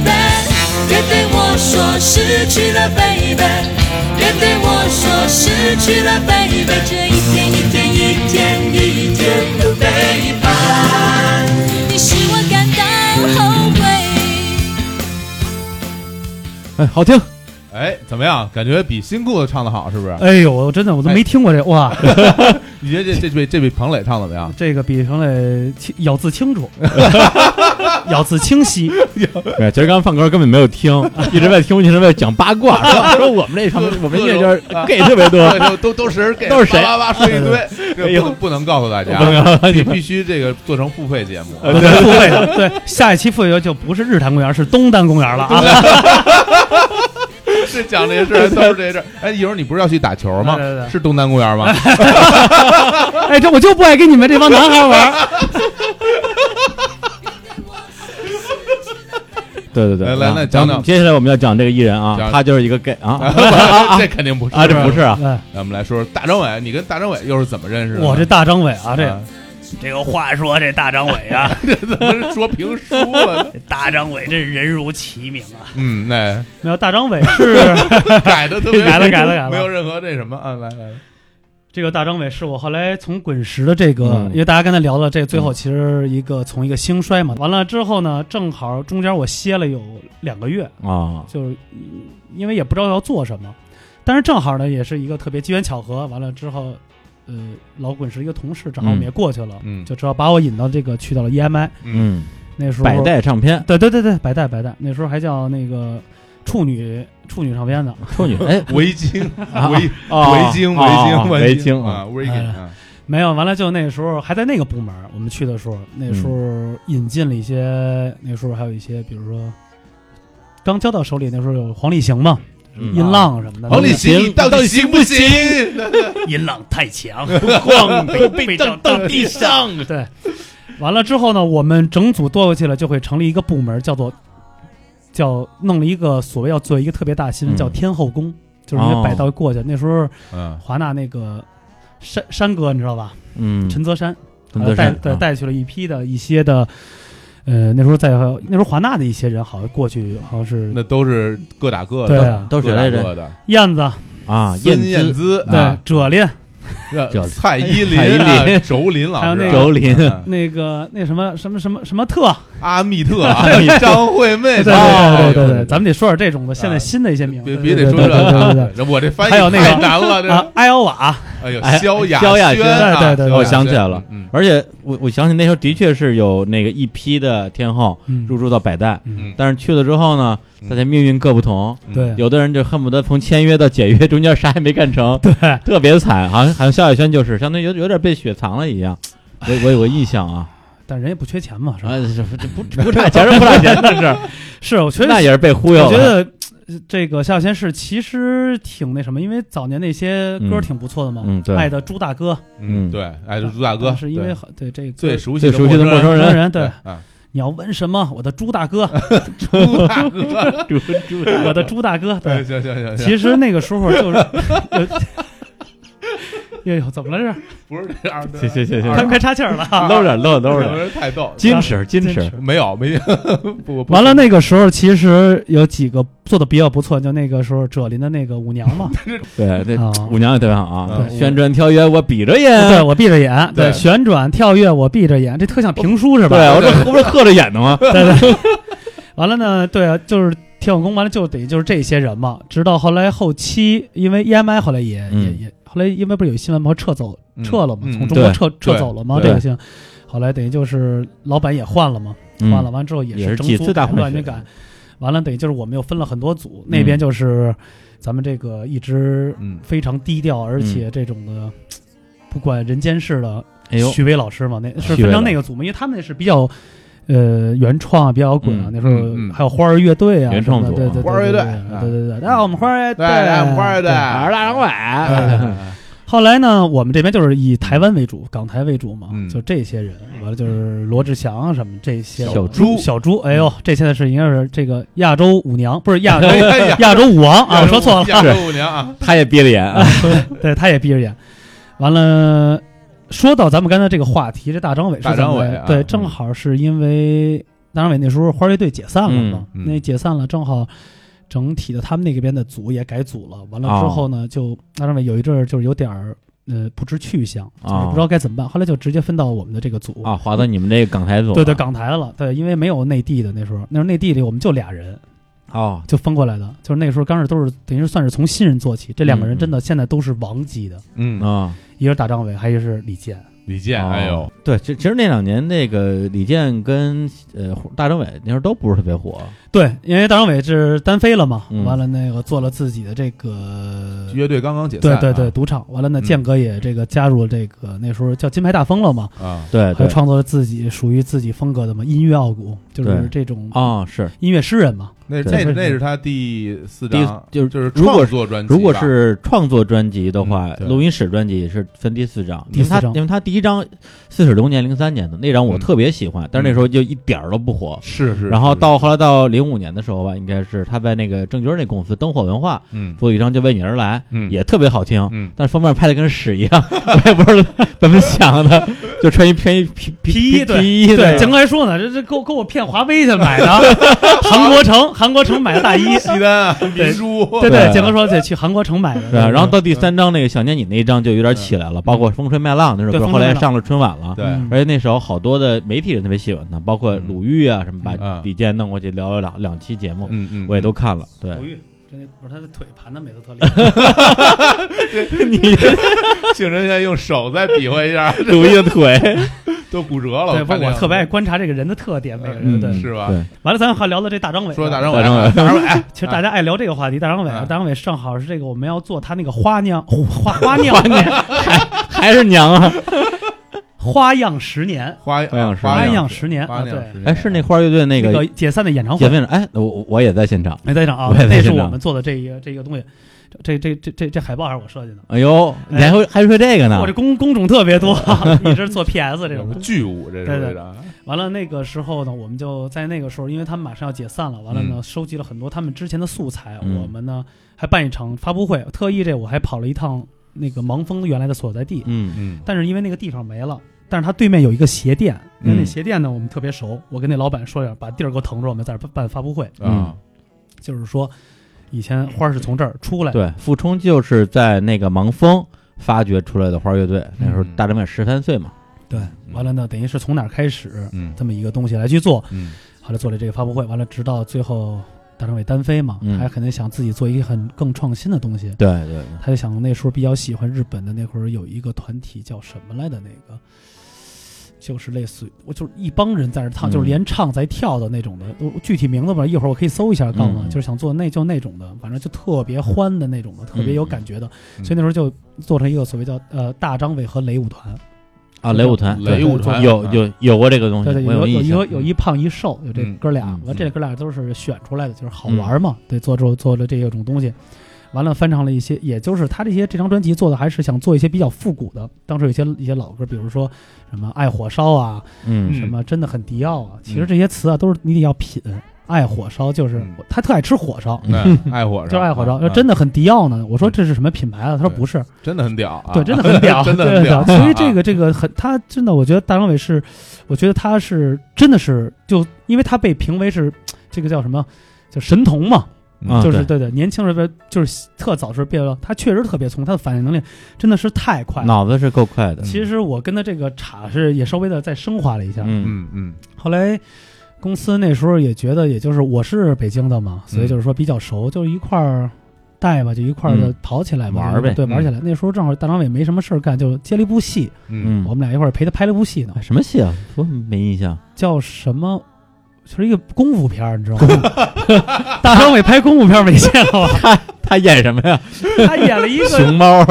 S4: 别对我说失去了 baby，别对我说失去了 baby，这一天一天一天一天的背叛，你使我感到后悔。
S3: 哎，好听，
S2: 哎，怎么样？感觉比新裤子唱的好，是不是？
S3: 哎呦，我真的我都没听过这，哇，
S2: 你觉得这这比这比彭磊唱得怎么 样？
S3: 这个比成磊清咬字清 楚，咬字清晰，
S1: 对，其实刚刚放歌根本没有听，一直在听，一直在讲八卦，说说我们这唱，我们这就是 gay 特别多，
S2: 都都都是给
S1: 都是谁
S2: 叭叭叭说一堆，
S1: 哎
S2: 这
S1: 呦
S2: 个不能不能告诉大
S1: 不能告诉
S2: 家，
S1: 大家
S2: 必必须这个做成付费节目。
S3: 付费的。对，下一期付费的就不是日坛公园，是东单公园了啊！
S2: 是讲这些事儿，都是这些事儿。哎，一会儿你不是要去打球吗
S3: 对对？对
S2: 是东单公园吗？
S3: 哎，这我就不爱跟你们这帮男孩玩儿。
S1: 对对对，
S2: 来来
S1: 啊
S2: 那讲讲
S1: 接下来我们要讲这个艺人啊
S2: 讲，
S1: 他就是一个 gay 啊
S2: 这肯定不是
S1: 啊，这不是啊，
S3: 哎，
S2: 那我们来说说大张伟，你跟大张伟又是怎么认识的呢？
S3: 我这大张伟啊，这
S2: 啊
S5: 这个话说，这大张伟啊，
S2: 这怎么是说评书了？
S5: 这大张 伟真是人如其名啊！
S2: 嗯，那
S3: 没有大张 伟是
S2: 改的特别
S3: 改了改了改了
S2: 没有任何那什么啊，来来，来
S3: 这个大张伟是我后来从滚石的这个，
S1: 嗯
S3: 因为大家刚才聊了这最后其实一个从一个兴衰嘛，完了之后呢，正好中间我歇了有两个月，
S1: 啊，
S3: 就是嗯因为也不知道要做什么，但是正好呢也是一个特别机缘巧合，完了之后，呃，老滚石一个同事正好我们也过去了，
S2: 嗯
S3: 就只好把我引到这个去到了 EMI，
S1: 嗯，
S3: 那时候
S1: 百代唱片，
S3: 对对对对百代百代，那时候还叫那个处女处女唱片呢，
S1: 处 女，哎，
S2: 围巾，
S1: 啊
S2: 围
S1: 哦
S2: 围巾，
S1: 哦
S2: 围巾，
S1: 哦
S2: 围
S1: 围巾
S2: 啊，围巾啊，
S3: 没有，完了就那时候还在那个部门，我们去的时候，那时候引进了一些，那时候还有一些，比如说刚交到手里，那时候有黄立行嘛，
S1: 嗯
S3: 音浪什么的。
S2: 黄立
S3: 那个
S2: 行，你到底行不行？
S5: 音浪太强， 咣被被撞到地上。
S3: 对，完了之后呢，我们整组剁过去了，就会成立一个部门，叫做叫弄了一个所谓要做一个特别大新闻，
S1: 嗯
S3: 叫天后宫，就是因
S1: 哦
S3: 为百道过去，那时候
S2: 嗯，
S3: 华纳那个山山哥你知道吧？
S1: 嗯，
S3: 陈泽山，
S1: 陈
S3: 呃
S1: 泽山
S3: 带对
S1: 啊
S3: 带去了一批的一些的，呃，那时候在那时候华纳的一些人好像过去，好像是
S2: 那都是各打各
S3: 对
S2: 的，
S3: 啊
S1: 都是
S2: 各打
S1: 谁来着
S2: 各的，
S3: 燕子，
S1: 啊，
S2: 孙
S1: 燕姿
S2: 燕姿
S3: 对
S2: 啊，
S3: 哲林，
S1: 叫
S2: 呃蔡依林、
S1: 蔡依林
S2: 啊轴林老师啊，
S3: 还有那个
S1: 周林，
S2: 嗯
S3: 那个那什么什么什么什么特，
S2: 阿密特、
S1: 阿密特
S2: 张惠妹，
S3: 对对对对对啊
S2: 哎呦
S3: 对，咱们得说点这种的，现在新的一些名字，
S2: 别
S3: 对
S2: 别
S3: 对
S2: 得说
S3: 对对对对
S2: 这，这我这翻译
S3: 还有那个
S2: 太难了，
S3: 对啊
S2: 这，
S3: 埃奥瓦，
S2: 哎呦，
S1: 哎
S2: 萧亚
S1: 萧亚
S2: 轩
S1: 轩
S2: 啊，
S3: 对对
S2: 萧
S3: 对
S2: 亚
S1: 我想起来了
S2: 轩，嗯
S1: 而且我我想起那时候的确是有那个一批的天后
S3: 嗯
S1: 入驻到百代，
S2: 嗯，
S1: 但是去了之后呢，大家命运各不同，
S2: 嗯
S3: 对
S1: 有的人就恨不得从签约到解约中间啥也没干成，
S3: 对，
S1: 特别惨，好像好像萧亚轩就是相当于有有点被雪藏了一样。我我有个印象啊，
S3: 但人也不缺钱嘛，是吧？
S1: 啊，这这 不不差钱是不差钱，但是
S3: 是， 我觉得
S1: 那也是被忽悠
S3: 我
S1: 了。
S3: 觉得呃这个夏小仙是其实挺那什么，因为早年那些歌
S1: 嗯
S3: 挺不错的嘛，
S1: 嗯对
S3: 爱的猪大哥，啊
S2: 嗯，
S1: 嗯
S2: 对，哎，朱大哥
S3: 是因为
S2: 对
S3: 很对这个
S2: 最
S3: 歌
S2: 熟悉
S1: 最熟悉的陌生
S3: 陌
S1: 人
S3: 生，人，对，
S2: 啊，
S3: 你要问什么？我的猪大 哥，
S2: 朱大哥，
S1: 猪猪
S3: 我的猪大哥，
S2: 对，行
S3: 对。
S2: 行行行，
S3: 其实那个时候 就是，哎呦，怎么了这是？
S2: 不是这样的，
S1: 行行行行
S3: 快
S2: 二
S3: 快插气儿了 啊哈！
S1: 搂着搂着搂
S2: 两
S1: 着，
S2: 个人太逗了，
S1: 矜持矜持，
S2: 没有没，不不
S3: 完了，那个时候其实有几个做的比较不错，就那个时候哲林的那个舞娘 嘛，
S1: 对，这
S3: 啊
S1: 舞娘也特别好啊，
S3: 对
S1: 旋转跳跃我比着
S3: 对
S1: 演，
S3: 我闭着眼，
S2: 对
S3: 对旋转跳跃我闭着眼，这特像评书是吧？
S1: 我这不是喝着演的 吗？
S3: 对对。完了呢，对啊，就是铁网工，完了就得就是这些人嘛。直到后来后期，因为 EMI 后来也、也
S1: 嗯
S3: 也后来因为不是有新闻吗？撤走
S2: 嗯
S3: 撤了嘛，
S2: 嗯
S3: 从中国
S1: 对
S3: 撤撤走了嘛，
S1: 对
S3: 这个行。后来等于就是老板也换了嘛，
S1: 嗯
S3: 换了，完之后
S1: 也
S3: 是
S1: 是
S3: 整
S1: 几
S3: 组
S1: 次大
S3: 改
S1: 换
S3: 乱
S1: 血嗯
S3: 就改。完了等于就是我们又分了很多组，那边就是咱们这个一直
S2: 嗯
S3: 非常低调，而且这种的。不管人间世的
S1: 嗯哎呦，
S3: 许巍老师嘛，那是
S1: 许巍
S3: 分
S1: 老
S3: 成那个组嘛，因为他们是比较呃原创啊，比较摇滚啊
S1: 嗯，
S3: 那时候
S2: 嗯嗯
S3: 还有花儿乐队啊什么的，
S1: 原创组
S3: 对对对，
S2: 花儿乐队啊
S3: 对对对对，来我们花儿乐
S2: 对
S3: 队，
S2: 来我们花儿乐队
S1: 哪儿大 张
S2: 哎
S3: 啊
S1: 伟，
S3: 后来呢，我们这边就是以台湾为主，港台为主嘛，
S2: 嗯
S3: 就这些人，完了就是罗志祥啊什么这些
S1: 小猪嗯
S3: 小猪，哎呦，这现在是应该是这个亚洲舞娘，不是亚洲
S2: 哎呀
S3: 亚洲舞王啊，我说错了，
S2: 亚洲舞娘啊，
S1: 他也憋着演啊，
S3: 对，他也闭着眼。完了，说到咱们刚才这个话题，这大张伟是
S2: 大
S3: 咱们
S2: 张伟啊
S3: 对，
S2: 嗯
S3: 正好是因为大张伟那时候花乐队解散了嘛，
S2: 嗯嗯
S3: 那解散了，正好整体的他们那个边的组也改组了。完了
S2: 哦
S3: 之后呢，就大张伟有一阵儿就是有点儿呃不知去向，
S2: 哦
S3: 就是不知道该怎么办。后来就直接分到我们的这个组
S1: 啊，划到你们这个港台组了，
S3: 对对，港台了，对，因为没有内地的那时候，那时候内地里我们就俩人，
S1: 哦，
S3: 就分过来的，就是那个时候刚是都是等于是算是从新人做起，这两个人
S1: 嗯
S3: 真的现在都是王级的，
S2: 嗯，
S1: 啊，
S3: 一个是大张伟，还有一个是李健。
S2: 李健，
S1: 哦
S2: 哎呦，
S1: 对，其实其实那两年那个李健跟呃大张伟那时候都不是特别火，
S3: 对，因为大张伟是单飞了嘛，
S1: 嗯
S3: 完了那个做了自己的这个，
S2: 乐队刚刚解
S3: 对
S2: 散，
S3: 对对，赌场。完了
S2: 嗯
S3: 呢，健哥也这个加入了这个那时候叫金牌大风了嘛，
S2: 对啊，
S1: 对
S3: 还
S1: 对
S3: 有，创作了自己属于自己风格的嘛，音乐傲骨，就是
S1: 对
S3: 这种
S1: 啊是，
S3: 音乐诗人嘛。
S2: 那
S1: 对
S2: 那是那是他第四
S1: 第
S2: 张，
S1: 就是
S2: 就是
S1: 如果
S2: 创作专辑吧，
S1: 如果是创作专辑的话
S2: 嗯，对
S1: 录音室专辑是分第四张，
S3: 第四
S1: 因为
S3: 张
S1: 他因为他第一张《四十流年》零三年的那张我
S2: 嗯
S1: 特别喜欢，但是那时候就一点儿都不火。
S2: 是是，
S1: 然后
S2: 是
S1: 到后来到零五年的时候吧，应该是他在那个郑钧那公司灯火文化
S2: 嗯
S1: 做一张就为你而来，
S2: 嗯
S1: 也特别好听，
S2: 嗯
S1: 但是封面拍的跟屎一样， 我也不知道 怎么想的，就穿一穿一皮皮
S3: 皮衣对
S1: 皮衣
S3: 对，
S2: 嗯
S1: 的
S3: 健哥还说呢，这这给我给我骗华为去买的，韩国城韩国城买的大衣。
S2: 西单啊， 明珠，
S3: 对
S1: 对
S3: 健哥说得去韩国城买的。
S2: 嗯
S1: 对啊，然后到第三张那个想念你那一张就有点起来了，包括《风吹麦浪》那首
S3: 对
S1: 歌，
S3: 风
S1: 后
S3: 吹麦
S1: 来
S3: 浪
S1: 上了春晚了，
S2: 对
S3: 嗯
S1: 而且那时候好多的媒体人特别喜欢他，包括鲁豫啊什么，把
S2: 嗯
S1: 李健弄过去聊了两两期节目，
S2: 嗯嗯，
S1: 我也都看了。对，
S3: 豫，真的不是他的腿盘的每次特厉
S1: 你
S2: 庆人现在用手再比划一下，
S1: 鲁豫的腿，
S2: 都骨折了。
S3: 对，不
S2: 哦看这
S3: 是我
S2: 样子
S3: 特别爱观察这个人的特点，每个人
S1: 嗯
S3: 对。
S2: 是吧
S1: 对，
S3: 完了，咱还聊到这大张伟，啊
S2: 说大张
S1: 大张伟
S2: 伟，大张伟，哎
S3: 其实大家爱聊这个话题，大张伟啊，
S2: 嗯
S3: 大张伟正好是这个我们要做他那个花 酿花花酿
S1: 还是娘 啊！
S3: 花样十年，
S2: 花
S1: 花样
S2: 样
S1: 十
S3: 花
S1: 年
S3: 样十年
S2: 花
S3: 啊，
S2: 样
S3: 对
S2: 十，年，
S1: 哎，是那花儿乐队那
S3: 那
S1: 个
S3: 个解散的演唱
S1: 姐
S3: 会，
S1: 妹，哎，我我也在现场。
S3: 没在场啊
S1: 我，也在
S3: 那是
S1: 现场
S3: 我们做的这一个这一个东西，这这这这这海报还是我设计的。
S1: 哎呦，你还会还说这个呢
S3: 我这？工工种特 别多，一直做 PS 这
S2: 什
S3: 种
S2: 么
S1: 嗯
S3: 的。
S2: 巨舞，这是
S3: 对
S2: 为
S3: 对
S2: 啥？啊
S3: 完了那个时候呢，我们就在那个时候，因为他们马上要解散了，完了呢，收集了很多他们之前的素材。
S1: 嗯
S3: 我们呢还办一场发布会，特意这我还跑了一趟那个盲峰原来的所在地，
S1: 嗯
S2: 嗯
S3: 但是因为那个地方没了，但是它对面有一个鞋店，因为那
S1: 嗯
S3: 鞋店呢我们特别熟，我跟那老板说点，把地儿给我腾着，我们在这儿办发布会。
S2: 啊，
S3: 就是说，以前花儿是从这儿出来，
S1: 对，傅冲就是在那个盲峰发掘出来的花乐队。那时
S3: 嗯
S1: 候大张伟十三岁嘛，
S3: 对，完了呢，等于是从哪儿开始
S2: 嗯
S3: 这么一个东西来去做，
S2: 嗯
S3: 后来做了这个发布会，完了直到最后大张伟单飞嘛，
S1: 嗯
S3: 他肯定想自己做一个很更创新的东西，
S1: 对对对，
S3: 他就想那时候比较喜欢日本的那会儿有一个团体叫什么来的那个，就是类似于我就是一帮人在那儿唱，
S1: 嗯
S3: 就是连唱带跳的那种的，我具体名字吧，一会儿我可以搜一下告诉你，
S1: 嗯
S3: 就是想做那就那种的，反正就特别欢的那种的，特别有感觉的，
S2: 嗯
S3: 所以那时候就做成一个所谓叫呃大张伟和雷舞团，
S1: 啊，雷舞团，
S2: 雷舞团
S1: 有有有过这个东西
S3: 啊对，对，
S1: 我
S3: 有有
S1: 印
S3: 一
S1: 象
S3: 个。有一胖一瘦，有这
S2: 嗯
S3: 哥俩
S1: 嗯，嗯
S3: 完、这哥俩都是选出来的，就是好玩嘛。对，做做做了这种东西，完了翻唱了一些，也就是他这些这张专辑做的还是想做一些比较复古的。当时有一些一些老歌，比如说什么爱火烧啊，
S1: 嗯，
S3: 什么真的很迪奥啊，其实这些词啊都是你得要品。爱火烧就是、
S2: 嗯
S3: 他特爱吃火烧。
S2: 嗯，爱火烧，
S3: 就是爱火烧，
S2: 啊
S3: 说真的很迪奥呢。我说这是什么品牌啊？他说不是，
S2: 真的很屌啊，
S3: 对，真的很 屌，
S2: 真的很
S3: 很
S2: 屌啊
S3: 所以这个这个很，他真的，我觉得大张伟是，我觉得他是真的是，就因为他被评为是这个叫什么，叫神童嘛，
S1: 啊
S3: 嗯就是对对，年轻人被就是特早时变了，他确实特别聪明，他的反应能力真的是太快了。
S1: 脑子是够快的。
S3: 其实我跟他这个差是也稍微的再升华了一下，
S1: 嗯，
S2: 嗯嗯
S3: 后来。公司那时候也觉得，也就是我是北京的嘛，所以就是说比较熟，就是一块儿带吧，就一块儿的
S1: 嗯
S3: 跑起来嘛，
S1: 玩儿呗
S3: 对，玩儿嗯起来。那时候正好大张伟没什么事儿干，就接了一部戏，
S2: 嗯
S3: 我们俩一块儿陪他拍了部戏呢
S1: 哎，什么戏啊？我没印 象。
S3: 叫什么？就是一个功夫片儿，你知道吗？ 大张伟拍功夫片儿没见过吧？
S1: 他演什么呀？
S3: 他演了一个，
S1: 熊猫。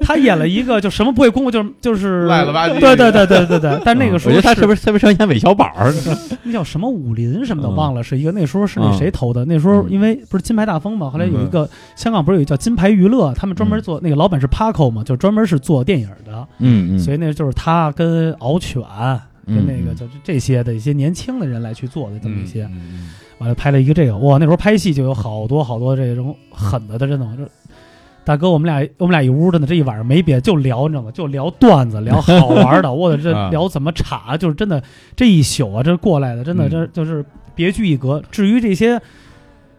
S3: 他演了一个就什么不会功夫，就是就是嗯
S2: 赖了吧唧
S3: 对对对对对对。但那个
S1: 嗯
S3: 时
S1: 我
S3: 候
S1: 觉得他是不是特别像演韦小宝儿？
S3: 那叫什么武林什么的，
S1: 嗯
S3: 忘了是一个。那时候是那
S1: 嗯
S3: 谁投的？那时候
S1: 嗯
S3: 因为不是金牌大风嘛，后来有一
S2: 嗯
S3: 个香港不是有一个叫金牌娱乐，他们专门
S1: 嗯
S3: 做那个老板是 Paco 嘛，就专门是做电影的，
S1: 嗯嗯，
S3: 所以那就是他跟敖犬跟
S1: 嗯
S3: 那个
S1: 嗯
S3: 就是这些的一些年轻的人来去做的这么一些。
S2: 嗯
S3: 完了拍了一个这个，哇，那时候拍戏就有好多好多这种狠的，真的，我这大哥，我们俩我们俩一屋的呢，这一晚上没别的，就聊，你知道吗？就聊段子，聊好玩的，我的这
S2: 啊
S3: 聊怎么查，就是真的这一宿啊，这过来的，真的
S2: 嗯
S3: 这就是别具一格。至于这些。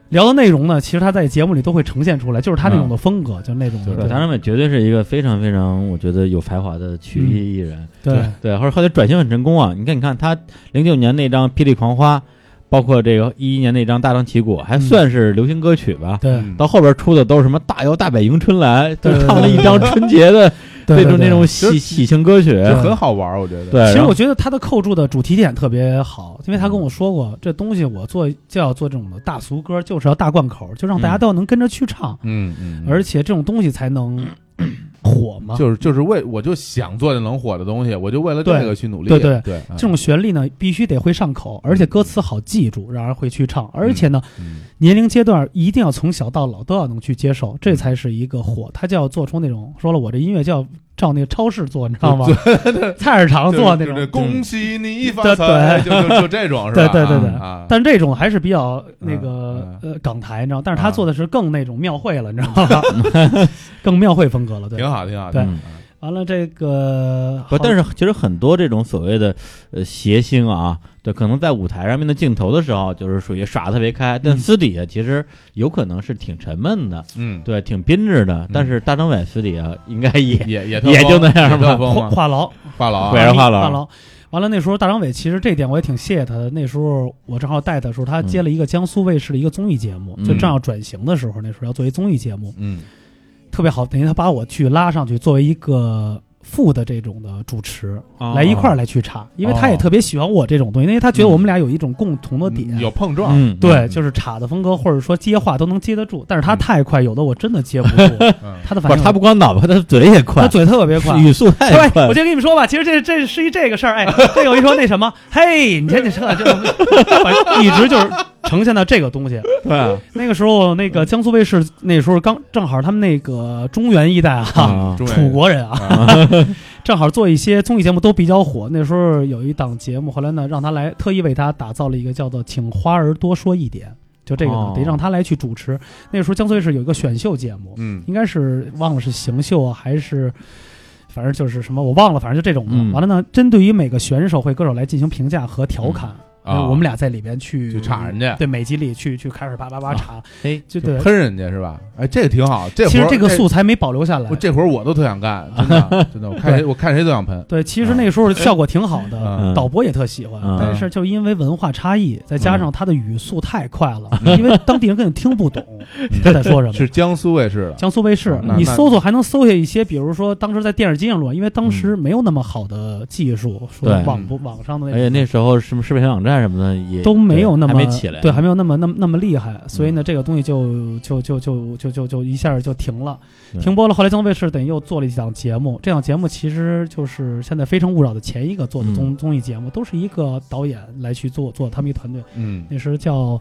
S3: 聊的内容呢，其实他在节目里都会呈现出来，就是他那种的风格，就是那种的
S1: 对，谭张伟绝对是一个非常非常，我觉得有才华的曲
S3: 嗯
S1: 艺艺人。
S3: 对对
S1: 对，后来后来转型很成功啊！你看，你看他零九年那张《霹雳狂花》，包括这个一一年那张《大张旗鼓》，还算是流行歌曲吧。
S3: 嗯对
S2: 嗯
S1: 到后边出的都是什么大摇大摆迎春来，就
S3: 对
S1: 唱了一张春节的
S3: 对
S1: 那
S3: 对
S1: 种那
S3: 对
S1: 种喜喜庆歌曲。
S2: 这很好玩儿，我觉得，
S1: 对，
S3: 其实
S1: 然后
S3: 我觉得他的扣住的主题点特别好，因为他跟我说过，这东西我做就要做这种的大俗歌，就是要大贯口，就让大家都要能跟着去唱，
S2: 嗯嗯，
S3: 而且这种东西才能火嘛。
S2: 就是就是为我就想做这能火的东西，我就为了这
S3: 对
S2: 个去努力，
S3: 对对
S2: 对，嗯
S3: 这种旋律呢，必须得会上口，而且歌词好记住，让人会去唱。而且呢，
S2: 嗯
S3: 年龄阶段一定要从小到老都要能去接受，这才是一个火。他就要做出那种说了，我这音乐就要照那个超市做，你知道吗？菜市场做那
S2: 就是
S3: 种嗯
S2: 就是。恭喜你发
S3: 对
S2: 财，
S3: 对
S2: 就就就这种是吧？
S3: 对对对对
S2: 啊啊，
S3: 但这种还是比较那个
S2: 嗯、
S3: 呃港台，你知道，但是他
S2: 啊
S3: 做的是更那种庙会了，你知道吗？ 更庙会风格了，对
S2: 挺。好挺好，
S3: 对
S2: 嗯
S3: 完了这个，
S1: 不，
S3: 好
S1: 但是其实很多这种所谓的呃谐星啊，对，可能在舞台上面的镜头的时候，就是属于耍得特别开，但
S3: 嗯
S1: 私底下其实有可能是挺沉闷的，
S2: 嗯，
S1: 对，挺宾着的。但是大张伟私底下应该也
S2: 也也
S1: 也就那样吧
S2: 吧，
S3: 话话痨，
S2: 话痨
S1: 对
S2: 啊，
S1: 然后话
S3: 话
S1: 痨
S3: 痨。完了那时候大张伟其实这点我也挺谢谢他的，那时候我正好带他的时候，他接了一个江苏卫视的一个综艺节目，
S2: 嗯
S3: 就正要转型的时候，那时候要做一综艺节目，
S2: 嗯
S3: 特别好，等于他把我去拉上去作为一个。副的这种的主持、
S1: 哦
S3: 来一块儿来去查，因为他也
S2: 哦
S3: 特别喜欢我这种东西，因为他觉得我们俩有一种共同的点，
S2: 嗯有碰撞，
S1: 嗯，
S3: 对，
S2: 嗯
S3: 就是岔的风格，或者说接话都能接得住，但是他
S2: 嗯
S3: 太快，有的我真的接 不住。
S2: 嗯
S3: 他的
S1: 不
S3: 反
S1: 是
S3: 应，
S1: 他不光脑袋，他嘴也快，
S3: 他嘴特别快。
S1: 语速太
S3: 对，
S1: 快
S3: 我
S1: 了。
S3: 先跟你们说吧，其实这这是一这个 事儿，哎，这个我一说那什么，嘿，你先这这这，反 正一直就是呈现到这个东西。
S1: 对啊，
S3: 那个时候，那个江苏卫视那时候刚正好他们那个中原一带啊，
S1: 啊
S2: 中
S3: 楚
S2: 原
S3: 国人啊，
S2: 啊
S3: 正好做一些综艺节目都比较火。那时候有一档节目，后来呢，让他来特意为他打造了一个叫做“请花儿多说一点”，就这个呢
S1: 哦，
S3: 得让他来去主持。那时候江苏卫视有一个选秀节目，
S2: 嗯
S3: 应该是忘了是行秀啊还是。反正就是什么我忘了，反正就这种的。
S1: 嗯
S3: 完了呢，针对于每个选手会歌手来进行评价和调侃。哎
S2: 啊，
S3: 我们俩在里边去
S2: 去插人家
S3: 对，美极里去去开始叭叭叭查，
S1: 哎，
S3: 就
S2: 就
S3: 对。
S2: 喷人家是吧？哎，这个挺好，这
S3: 其实
S2: 活儿
S3: 这个
S2: 哎
S3: 素材没保留下来
S2: 我。这活儿我都特想干，真的真的，我看谁我看谁都想喷。
S3: 对，其实那个时候效果挺好的，
S2: 嗯
S3: 导播也特喜欢，
S1: 嗯
S3: 但是就因为文化差异，再加上他的语速太快了，因为当地人根本听不懂他在说什么。
S2: 是江苏卫视的，
S3: 江苏卫视
S2: 哦那，
S3: 你
S2: 那
S3: 搜索还能搜下一些，比如说当时在电视机上录，因为当时没有那么好的技术，说
S1: 对
S3: 网不网上的
S1: 而且
S3: 那
S1: 那时候什么视频网站什么的也
S3: 都没有那么
S1: 对还没起来，嗯
S3: 对，还没有那么那么那么厉害，所以呢，这个东西就就就就就就就一下就停了，
S1: 对
S3: 停播了。后来江苏卫视等于又做了一档节目，这档节目其实就是现在《非诚勿扰》的前一个做的
S1: 嗯
S3: 综综艺节目，都是一个导演来去做做他们一个团队，
S2: 嗯
S3: 那时叫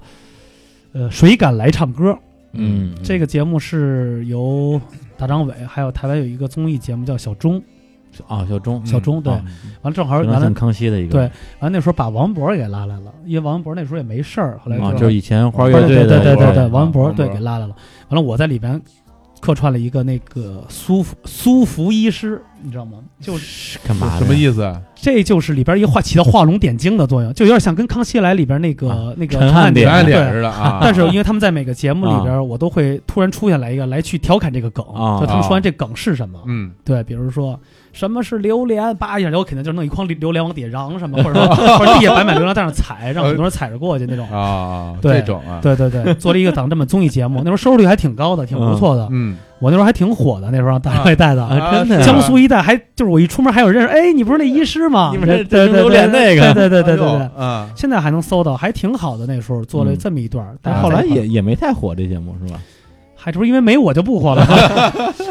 S3: 呃谁敢来唱歌，
S1: 嗯，
S3: 这个节目是由大张伟还有台湾有一个综艺节目叫小钟，
S1: 啊，小钟，
S3: 小钟对，
S1: 啊
S3: 完了正好
S1: 非常
S3: 完了
S1: 像康熙的一个，
S3: 对，完了那时候把王勃给拉来了，因为王勃那时候也没事儿，后来
S1: 啊，
S3: 就
S1: 就是以前花
S2: 哦
S1: 儿
S3: 对
S1: 乐队的
S3: 对对
S1: 那
S3: 对
S1: 个
S3: 对，
S2: 王
S3: 王勃
S2: 勃
S3: 对给拉来了。完了，我在里边客串了一个那个苏服苏服医师，你知道吗？就是
S1: 干嘛的呀？
S2: 什么意思啊？
S3: 这就是里边一画起到画龙点睛的作用，就有点像跟《康熙来》里边那个、
S1: 啊
S3: 那个
S1: 陈汉
S2: 跟
S1: 典
S2: 爱
S3: 对
S2: 脸似的啊！
S3: 但是因为他们在每个节目里边，我都会突然出现来一个来去调侃这个梗，
S1: 啊
S3: 就他们说完这梗是什么，
S2: 嗯，
S3: 对，比如说什么是榴莲，叭一下，我肯定就弄一筐榴榴莲往底下嚷什么，或 者说或者地下摆满榴莲在那踩，让很多人踩着过去那种。
S2: 啊，
S3: 对
S2: 这种啊，
S3: 对对对，做了一个档这么综艺节目，那时候收视率还挺高的，挺不错的。
S2: 嗯，
S3: 我那时候还挺火的，那时候大外带的，
S1: 啊真的
S2: 是
S1: 啊
S3: 江苏一带还就是我一出门还有认识，哎，你不是那医师吗？
S1: 你不是
S3: 对对对
S1: 榴莲那个
S3: 对对对对对
S2: 哎呦
S3: 对。
S2: 啊，
S3: 现在还能搜到，还挺好的。那时候做了这么一段，
S1: 但
S3: 但是
S1: 是
S3: 后
S1: 后
S3: 来
S1: 来也也没太火这节目是吧？
S3: 还这不是因为没我就不火了吗？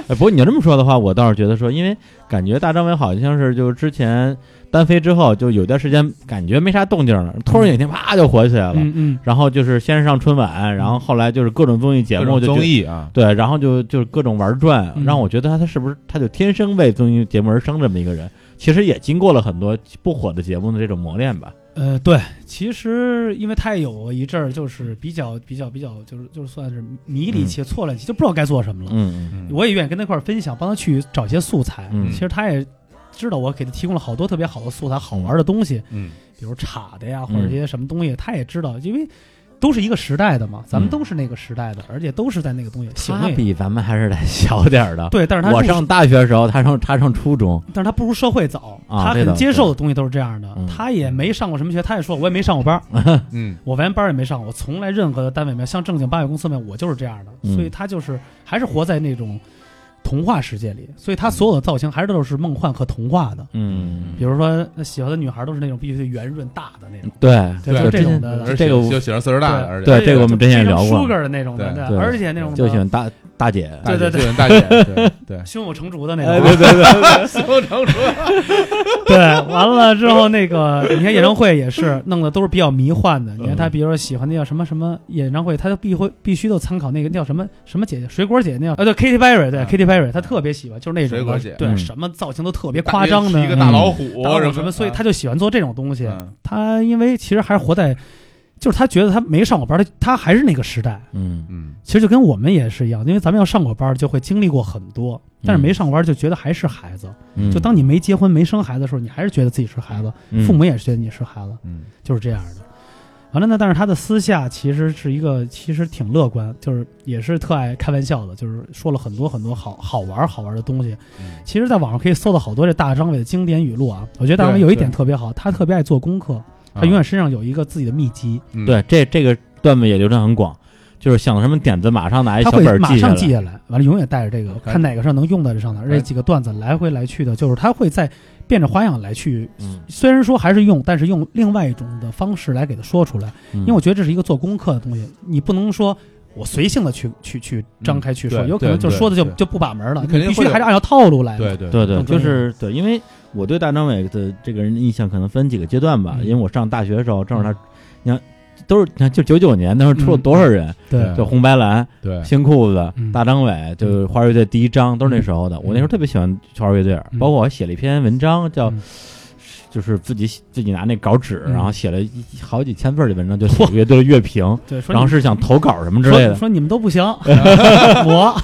S1: 哎，不过你要这么说的话，我倒是觉得说，因为感觉大张伟好像是就是之前单飞之后，就有段时间感觉没啥动静了，突然有一天啪就火起来了。
S3: 嗯嗯，
S1: 然后就是先是上春晚，然后后来就是各种综艺节
S2: 各
S1: 目，
S2: 种
S1: 就
S2: 综
S1: 觉得
S2: 艺啊，
S1: 对，然后就就是各种玩转，
S3: 嗯
S1: 让我觉得他他是不是他就天生为综艺节目而生这么一个人？其实也经过了很多不火的节目的这种磨练吧。
S3: 呃，对，其实因为他也有一阵儿就是比较比较比较，就是就是算是迷离期、错乱期，就不知道该做什么了。
S1: 嗯
S2: 嗯
S3: 我也愿意跟他一块儿分享，帮他去找一些素材。
S1: 嗯
S3: 其实他也知道我给他提供了好多特别好的素材、好玩的东西，
S2: 嗯
S3: 比如插的呀，或
S1: 嗯
S3: 者一些什么东西，他也知道，因为都是一个时代的嘛，咱们都是那个时代的，而且都是在那个东西行
S1: 嗯他
S3: 业。
S1: 比咱们还是得小点儿的。
S3: 对，但是他
S1: 我
S3: 入
S1: 上大学的时候，他上他上初中，
S3: 但是他步入社会早，
S1: 啊
S3: 他
S1: 这倒
S3: 很
S1: 是
S3: 接受的东西都是这样的。
S1: 嗯
S3: 他也没上过什么学，他也说我也没上过班儿，
S2: 嗯
S3: 我完班儿也没上过，我从来任何的单位没有，像正经八百公司没有，我就是这样的。
S1: 嗯
S3: 所以他就是还是活在那种童话世界里，所以他所有的造型还是都是梦幻和童话的。
S1: 嗯，
S3: 比如说那喜欢的女孩都是那种必须圆润大的那种，
S1: 对，
S3: 就
S2: 对
S3: 就
S1: 这
S3: 这种的。
S1: 这
S2: 而且
S1: 个
S2: 喜喜欢岁数嗯大的，而且
S1: 对这个我们之前也
S3: 就
S1: 聊过
S3: 非常 sugar 的那种的，
S2: 对
S3: 对
S1: 对
S3: 而且那种
S1: 就喜
S3: 的
S1: 欢大大姐。
S2: 大姐
S3: 对对对，
S2: 喜欢大姐，对对
S3: 胸有成竹的那
S1: 哎，
S3: 种。
S1: 对对对，
S2: 都成熟，
S3: 对，完了之后那个，你看演唱会也是弄的都是比较迷幻的。你看他，比如说喜欢那叫什么什么演唱会，他就必会必须都参考那个叫什么什么姐姐，水果姐姐那叫啊，对，Katy Perry，对
S2: 啊
S3: ，Katy Perry，他特别喜欢，就是那种
S2: 水
S3: 的
S2: 果姐
S3: 对，
S1: 嗯
S3: 什么造型都特别夸张的，
S2: 一个
S3: 嗯
S2: 大老虎
S3: 大老
S2: 什啊嗯
S3: 虎什么，所以他
S2: 他
S3: 就喜欢做这种东西。他因为其实还是活在，就是他觉得他没上过班，他他还是那个时代。
S1: 嗯
S2: 嗯
S3: 其实就跟我们也是一样，因为咱们要上过班，就会经历过很多，但是没上过班就觉得还是孩子。
S1: 嗯，
S3: 就当你没结婚、没生孩子的时候，你还是觉得自己是孩子，
S1: 嗯
S3: 父母也是觉得你是孩子，
S2: 嗯
S3: 就是这样的。完了呢，但是他的私下其实是一个，其实挺乐观，就是也是特爱开玩笑的，就是说了很多很多好好玩儿好玩儿的东西。
S2: 嗯
S3: 其实，在网上可以搜到好多这大张伟的经典语录啊。我觉得大张伟
S2: 对
S3: 有一点
S2: 对
S3: 特别好，他特别爱做功课，他永远身上有一个自己的秘籍，
S2: 啊嗯
S1: 对这这个段子也流传很广，就是想到什么点子，马上拿一
S3: 他
S1: 哎小
S3: 会
S1: 本儿
S3: 马
S1: 下
S3: 上
S1: 来。
S3: 记下来，完了永远带着这个，
S2: 哎
S3: 看哪个上能用在这上哪儿。
S2: 哎
S3: 这几个段子来回来去的，就是他会在变着花样来去
S1: 嗯，
S3: 虽然说还是用，但是用另外一种的方式来给它说出来，
S1: 因
S3: 因为我觉得这是一个做功课的东西，你不能说我随性的去
S1: 嗯
S3: 去去张开去说，
S2: 对
S3: 有可能就
S2: 对
S3: 说的就
S2: 对
S3: 就不把门了，
S2: 你肯
S3: 你
S2: 定
S3: 必须
S2: 会有
S3: 还是按照套路来。
S2: 对，对
S1: 对对，
S3: 更
S1: 就
S3: 专业
S1: 是对，因为我对大张伟的这个人印象可能分几个阶段吧，
S3: 嗯
S1: 因为我上大学的时候正好他，你看都是你看就九九年那时候出了
S3: 嗯
S1: 多少人，
S3: 对
S1: 就红白蓝、
S2: 对，
S1: 新裤子、
S3: 嗯
S1: 大张伟，就是花儿乐队第一张都是那时候的。我那时候特别喜欢花儿乐队，包括我还写了一篇文章叫
S3: 嗯
S1: 就是自己自己拿那稿纸，
S3: 嗯
S1: 然后写了一好几千字儿的文章，就写乐队的乐评，
S3: 对，说
S1: 然后
S3: 你
S1: 是想投稿什么之类
S3: 说
S1: 的，
S3: 说你们都不行， 我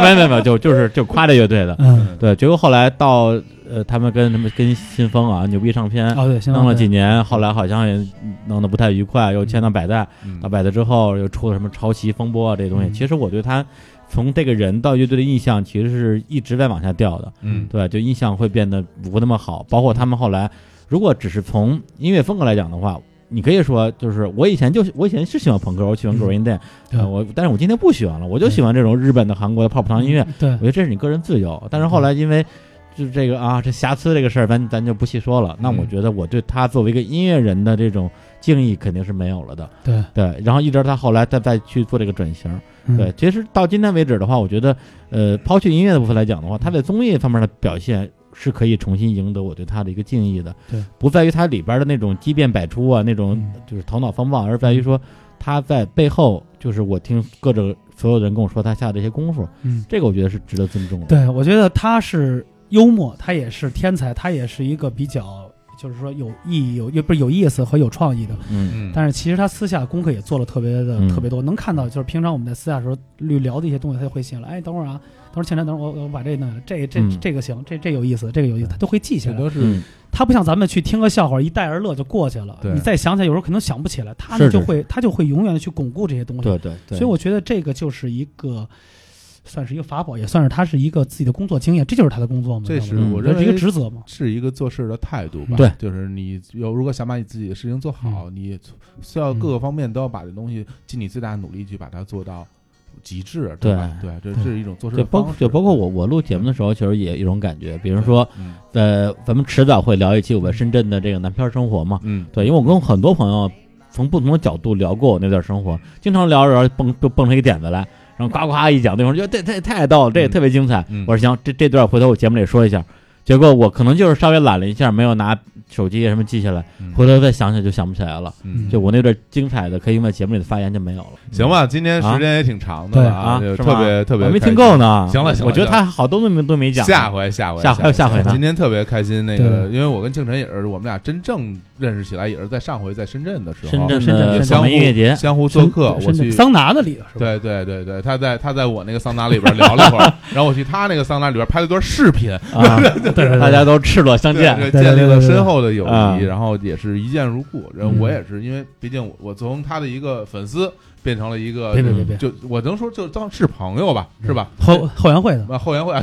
S1: 没有没有没有，就就是就夸这乐队的，
S3: 嗯，
S1: 对，结果后来到呃，他们跟他们跟新风啊，牛逼唱片。
S3: 哦对，行，
S1: 弄了几
S3: 对
S1: 年，后来好像也弄得不太愉快，又签到百代，
S2: 嗯
S1: 到百代之后又啊出了什么抄袭风波啊这些东西。
S3: 嗯
S1: 其实我对他从这个人到乐队的印象，其实是一直在往下掉的。
S2: 嗯
S1: 对，就印象会变得不那么好。包括他们后来，如果只是从音乐风格来讲的话，你可以说就是我以前就是我以前是喜欢朋克，我喜欢
S3: 嗯
S1: g r e e n Day，、
S3: 对
S1: 呃我但是我今天不喜欢了，我就喜欢这种日本的、韩国的泡泡糖音乐。
S3: 嗯对
S1: 我觉得这是你个人自由。但是后
S3: 嗯
S1: 来因为就是这个啊，这瑕疵这个事儿，咱咱就不细说了。那我
S2: 嗯
S1: 觉得我对他作为一个音乐人的这种敬意肯定是没有了的。
S3: 对
S1: 对，然后一直到他后来再再去做这个转型。
S3: 嗯
S1: 对，其实到今天为止的话，我觉得，呃，抛去音乐的部分来讲的话，他在综艺方面的表现是可以重新赢得我对他的一个敬意的。
S3: 对，
S1: 不在于他里边的那种机变百出啊，那种
S3: 嗯
S1: 就是头脑风暴，而在于说他在背后，就是我听各种所有人跟我说他下的一些功夫，
S3: 嗯
S1: 这个我觉得是值得尊重的。
S3: 对，我觉得他是幽默，他也是天才，他也是一个比较就是说有意义、有也不是有意思和有创意的。
S1: 嗯
S2: 嗯，
S3: 但是其实他私下功课也做了特别的、
S1: 嗯
S3: 特别多，能看到就是平常我们在私下的时候绿聊的一些东西，他就会写了。哎，等会儿啊，等会儿倩楠，等会儿我我把这弄下来，这这、
S1: 嗯
S3: 这个行，这这有意思，这个有意思，他都会记下
S2: 这
S3: 来。
S2: 都是
S1: 嗯，
S3: 他不像咱们去听个笑话一带而乐就过去了，
S2: 对
S3: 你再想起来有时候可能想不起来，他
S1: 是
S3: 呢
S1: 是
S3: 就会他就会永远的去巩固这些东西。
S1: 对对对。
S3: 所以我觉得这个就是一个，算是一个法宝，也算是他是一个自己的工作经验，这就是他的工作嘛。
S2: 这
S3: 你知
S2: 是
S3: 道吗
S2: 我
S1: 嗯
S2: 认
S3: 这是一个
S2: 为
S3: 职责嘛。
S2: 是一个做事的态度吧。
S1: 对，嗯
S2: 就是你有如果想把你自己的事情做好，你需要各个方面都要把这东西尽你最大的努力去把它做到极致，
S1: 对
S2: 吧？对，这
S3: 对
S2: 是一种做事
S1: 就
S2: 的
S1: 包
S2: 方式。嗯
S1: 就包括我，我录节目的时候，其实也有一种感觉，比
S2: 比
S1: 如说，，
S2: 嗯
S1: 呃，咱们迟早会聊一期我在深圳的这个南漂生活嘛，
S2: 嗯，
S1: 对，因为我跟很多朋友从不同的角度聊过我那段生活，经常聊着聊着蹦就蹦出一个点子来，然后呱呱一讲，对方说哎这太太逗了，这也
S2: 嗯
S1: 特别精彩。
S2: 嗯
S1: 我说行，这这段回头我节目里说一下。结果我可能就是稍微懒了一下，没有拿手机啊什么记下来，
S2: 嗯
S1: 回头再想起来就想不起来了。
S2: 嗯
S1: 就我那段精彩的可以用在节目里的发言就没有了。
S2: 行吧，今天时间也挺长的了
S1: 啊
S2: 就是特
S1: 吧
S2: 别特别
S1: 我没
S2: 开
S1: 听
S2: 心
S1: 够。呢。
S2: 行了行了
S1: 我觉得
S2: 行
S1: 他好多都没都没讲。啊
S2: 下回，下回，
S1: 下回
S2: 回，
S1: 下回呢啊
S2: 今天特别开心，那个，
S3: 对
S2: 因为我跟敬晨也是，我们俩真正认识起来也是在上回在深圳的时候，
S1: 深圳
S3: 深圳
S1: 的
S3: 深圳
S1: 草
S2: 相互
S1: 莓音乐节，
S2: 相互做客，
S3: 深
S2: 我
S3: 圳
S2: 去
S3: 桑拿那里是吧？
S2: 对对对对，他在他在我那个桑拿里边聊了会 儿，然后我去他那个桑拿里边拍了段视频，
S1: 啊，
S3: 对对对，
S1: 大家都赤裸相
S2: 对
S1: 见。
S2: 对，
S3: 对对
S2: 建立
S3: 对
S2: 了
S3: 对
S2: 深厚的友
S1: 啊
S2: 谊，然后也是一见如故。然后我
S3: 嗯
S2: 也是因为，毕竟我我从他的一个粉丝变成了一个
S3: 别，别别别，
S2: 就我能说就当是朋友吧，是吧？
S3: 后后援会的
S2: 啊后援会啊，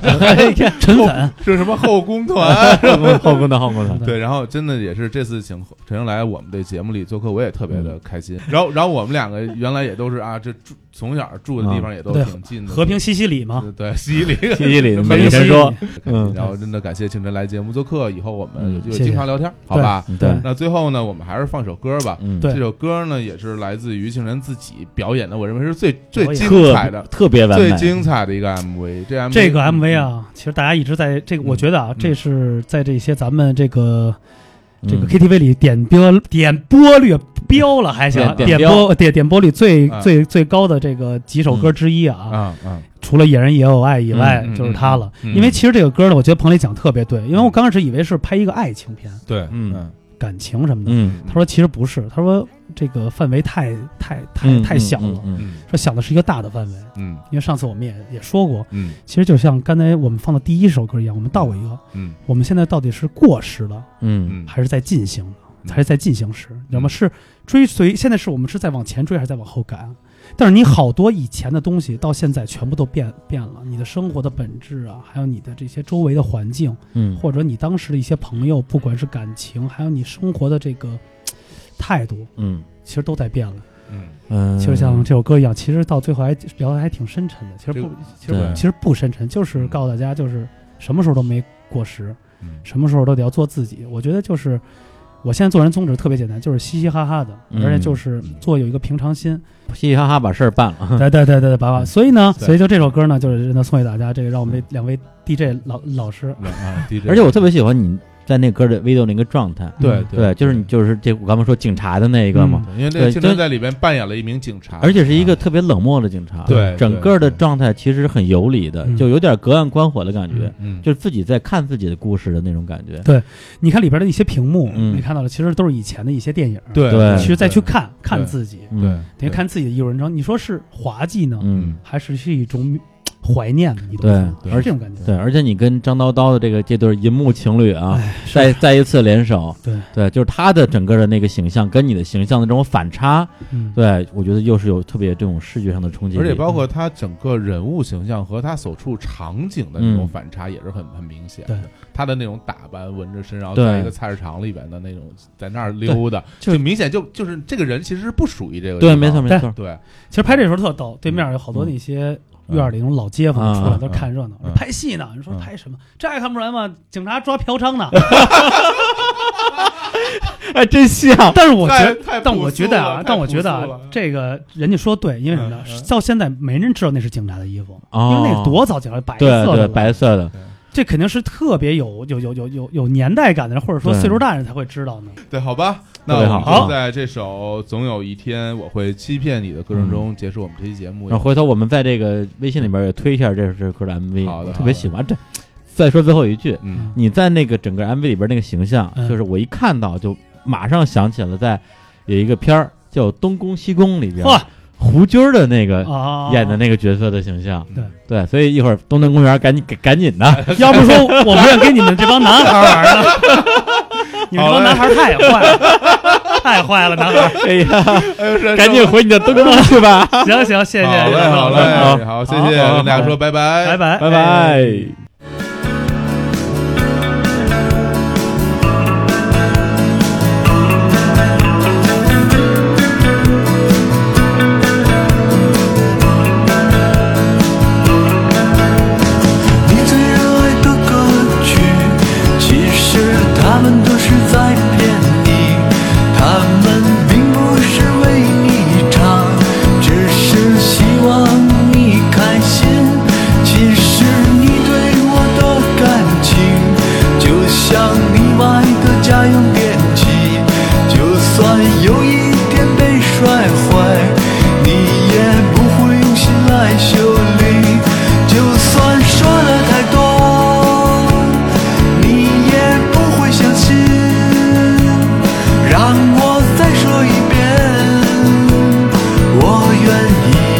S3: 陈嗯粉，
S2: 是什么 后宫 团？
S1: 后宫后宫的后宫的，
S2: 对，然后真的也是这次请陈生来我们的节目里做客，我也特别的开
S3: 嗯
S2: 心。然后，然后我们两个原来也都是啊，这住从小住的地方也都
S3: 对
S2: 挺近的，
S3: 和平西西里嘛。
S2: 对西 里
S1: 西西里
S2: 和
S1: 每
S2: 平
S1: 天
S2: 西
S1: 说，嗯
S2: 嗯，然后真的感谢清晨来节目做客，以后我们
S1: 嗯
S2: 就
S3: 谢谢
S2: 经常聊天，好吧？
S1: 嗯对，
S2: 那最后呢，我们还是放首歌吧。
S1: 嗯，
S3: 对
S2: 这首歌呢，也是来自于清晨自己表演的，我认为是最最
S3: 表演
S2: 精彩
S1: 特
S2: 的、
S1: 特别完
S2: 最
S1: 美。
S2: 精彩的一个 MV。这嗯 MV
S3: 这个 MV，啊，其实大家一直在这个，
S2: 嗯
S3: 我觉得啊
S2: 嗯，
S3: 这是在这些咱们这个这个
S1: 嗯
S3: KTV 里点播点播率啊标了还行
S1: 点，点
S3: 点播点点播率最
S2: 啊
S3: 最最高的这个几首歌之一啊。
S2: 啊啊，
S3: 除了《野人也有爱》以外，
S2: 嗯嗯
S3: 就是它了。
S2: 嗯嗯
S3: 因为其实这个歌呢，我觉得彭磊讲得特别对，因为我刚开始以为是拍一个爱情片、
S2: 对，
S1: 嗯
S2: 嗯
S3: 感情什么的，
S1: 嗯，
S3: 他说其实不是，他说这个范围太太太、
S1: 嗯
S3: 太小了，
S1: 嗯嗯
S2: 嗯
S3: 说想的是一个大的范围。
S2: 嗯
S3: 因为上次我们也也说过，
S2: 嗯
S3: 其实就像刚才我们放的第一首歌一样，我们到过一个，
S2: 嗯
S3: 我们现在到底是过时了，
S1: 嗯
S2: 嗯，
S3: 还是在进行
S2: 嗯
S3: 呢？还是在进行时？你知道吗？是追随，现在是我们是在往前追，还是在往后赶啊？但是你好多以前的东西到现在全部都变变了，你的生活的本质啊，还有你的这些周围的环境，
S1: 嗯，
S3: 或者你当时的一些朋友，不管是感情，还有你生活的这个嘖态度，
S1: 嗯
S3: 其实都在变了。
S2: 嗯，
S1: 嗯，
S3: 就像这首歌一样，其实到最后还聊的还挺深沉的。其实
S2: 这
S3: 不
S2: 个，
S3: 其实
S1: 对
S3: 不其实不深沉，就是告诉大家，就是什么时候都没过时，
S2: 嗯
S3: 什么时候都得要做自己。我觉得就是我现在做人宗旨特别简单，就是嘻嘻哈哈的，
S1: 嗯
S3: 而且就是做有一个平常心。
S1: 嘻嘻哈哈把事儿办了，
S3: 对对对对对，爸爸。所以呢，
S2: 对
S3: 所以就这首歌呢，就是真的送给大家，这个让我们这两位 DJ 老老师，
S2: 啊，DJ
S1: 而且我特别喜欢你在那歌的 video 那个状态。
S2: 嗯对嗯
S1: 对，就是你就是这我刚才说警察的那个嘛，
S2: 对因为这个
S1: 对
S2: 青春
S1: 就
S2: 在里边扮演了一名警察，
S1: 而且是一个特别冷漠的警察，
S2: 对
S1: 整个的
S2: 对对
S1: 状态其实很游离的，
S3: 嗯
S1: 就有点隔岸观火的感觉，
S2: 嗯，
S1: 就是自己在看自己的故事的那种感觉。
S3: 你看里边的一些屏幕，
S1: 嗯
S3: 你看到了，其实都是以前的一些电影。
S2: 对
S1: 对
S3: 其实再去看看
S2: 对
S3: 自己，
S1: 嗯
S2: 对，
S3: 等于看自己的艺术人生，你说是滑稽呢，
S1: 嗯，
S3: 还是是一种怀念呢？你都
S1: 对
S3: 是
S1: 对
S3: 是这种感觉。
S1: 对，而且你跟张叨叨的这个这对银幕情侣啊，
S3: 哎，是
S1: 再再一次联手，
S3: 对
S1: 对，就是他的整个的那个形象跟你的形象的这种反差，
S3: 嗯
S1: 对我觉得又是有特别这种视觉上的冲击力，
S2: 而且包括他整个人物形象和他所处场景的
S1: 嗯
S2: 那种反差也是很很明显的
S3: 对。
S2: 他的那种打扮，纹着身，然后
S1: 对
S2: 在一个菜市场里边的那种，在那儿溜达，
S1: 就
S2: 就明显就就是这个人其实是不属于这个地
S1: 对，
S2: 方
S1: 没错没
S3: 对
S1: 错，
S2: 对
S3: 其实拍这时候特逗，对面有好多那些院儿里那种老街坊出来
S1: 嗯
S3: 都看热闹
S2: 嗯嗯，
S3: 拍戏呢。你说
S1: 啊
S2: 嗯
S3: 拍什么？这还看不出来吗？警察抓嫖娼呢。
S1: 哎，真像，
S3: 但是我觉
S2: 太
S3: 得
S2: 太朴素了，
S3: 但我觉得啊
S2: 太，
S3: 但我觉得
S2: 朴素
S3: 啊
S2: 了，
S3: 这个人家说对，因为什么呢
S2: 嗯嗯？
S3: 到现在没人知道那是警察的衣服，
S1: 哦
S3: 因为那个多早警察白色
S1: 对
S3: 的
S1: 对，
S3: 了
S1: 白色的，
S3: 这肯定是特别有有有有有有年代感的人，或者说
S1: 对
S3: 岁数大人才会知道呢。
S2: 对，好吧，那
S1: 特别好
S2: 我们就在这首《总有一天我会欺骗你》的
S1: 嗯
S2: 歌声中结束我们这期节目
S1: 然。后回头我们在这个微信里边也推一下这首歌的 MV，
S2: 好的
S1: 我
S2: 好
S1: 特别
S2: 的
S1: 喜欢。这再说最后一句，
S2: 嗯，
S1: 你在那个整个 MV 里边那个形象，
S3: 嗯
S1: 就是我一看到就马上想起了，在有一个片儿叫《东宫西宫》里边，
S3: 嚯
S1: 胡军儿的那个
S3: 啊，
S1: 演的那个角色的形象。
S3: 对
S1: 对，所以一会儿东南公园赶紧赶赶紧的，
S3: 要不说我不愿跟你们这帮男孩玩呢，你们这帮男孩太坏了，太坏了，男孩。
S1: 哎呀，
S2: 哎呦，是
S1: 赶紧回你的东宫去吧，
S3: 行行，谢谢，
S2: 好嘞，好
S1: 好
S2: 嘞，好，谢谢，
S1: 好好
S2: 跟大家说拜拜，
S3: 拜。拜
S1: 拜拜。
S6: 你最热爱的歌曲，其实他们都是在骗你，他们并不是为你唱，只是希望你开心。其实你对我的感情，就像你买的家用电器，就算有一天被摔坏，你也不会用心来修理。就算说了太多，你也不会相信。让我再说一遍，我愿意。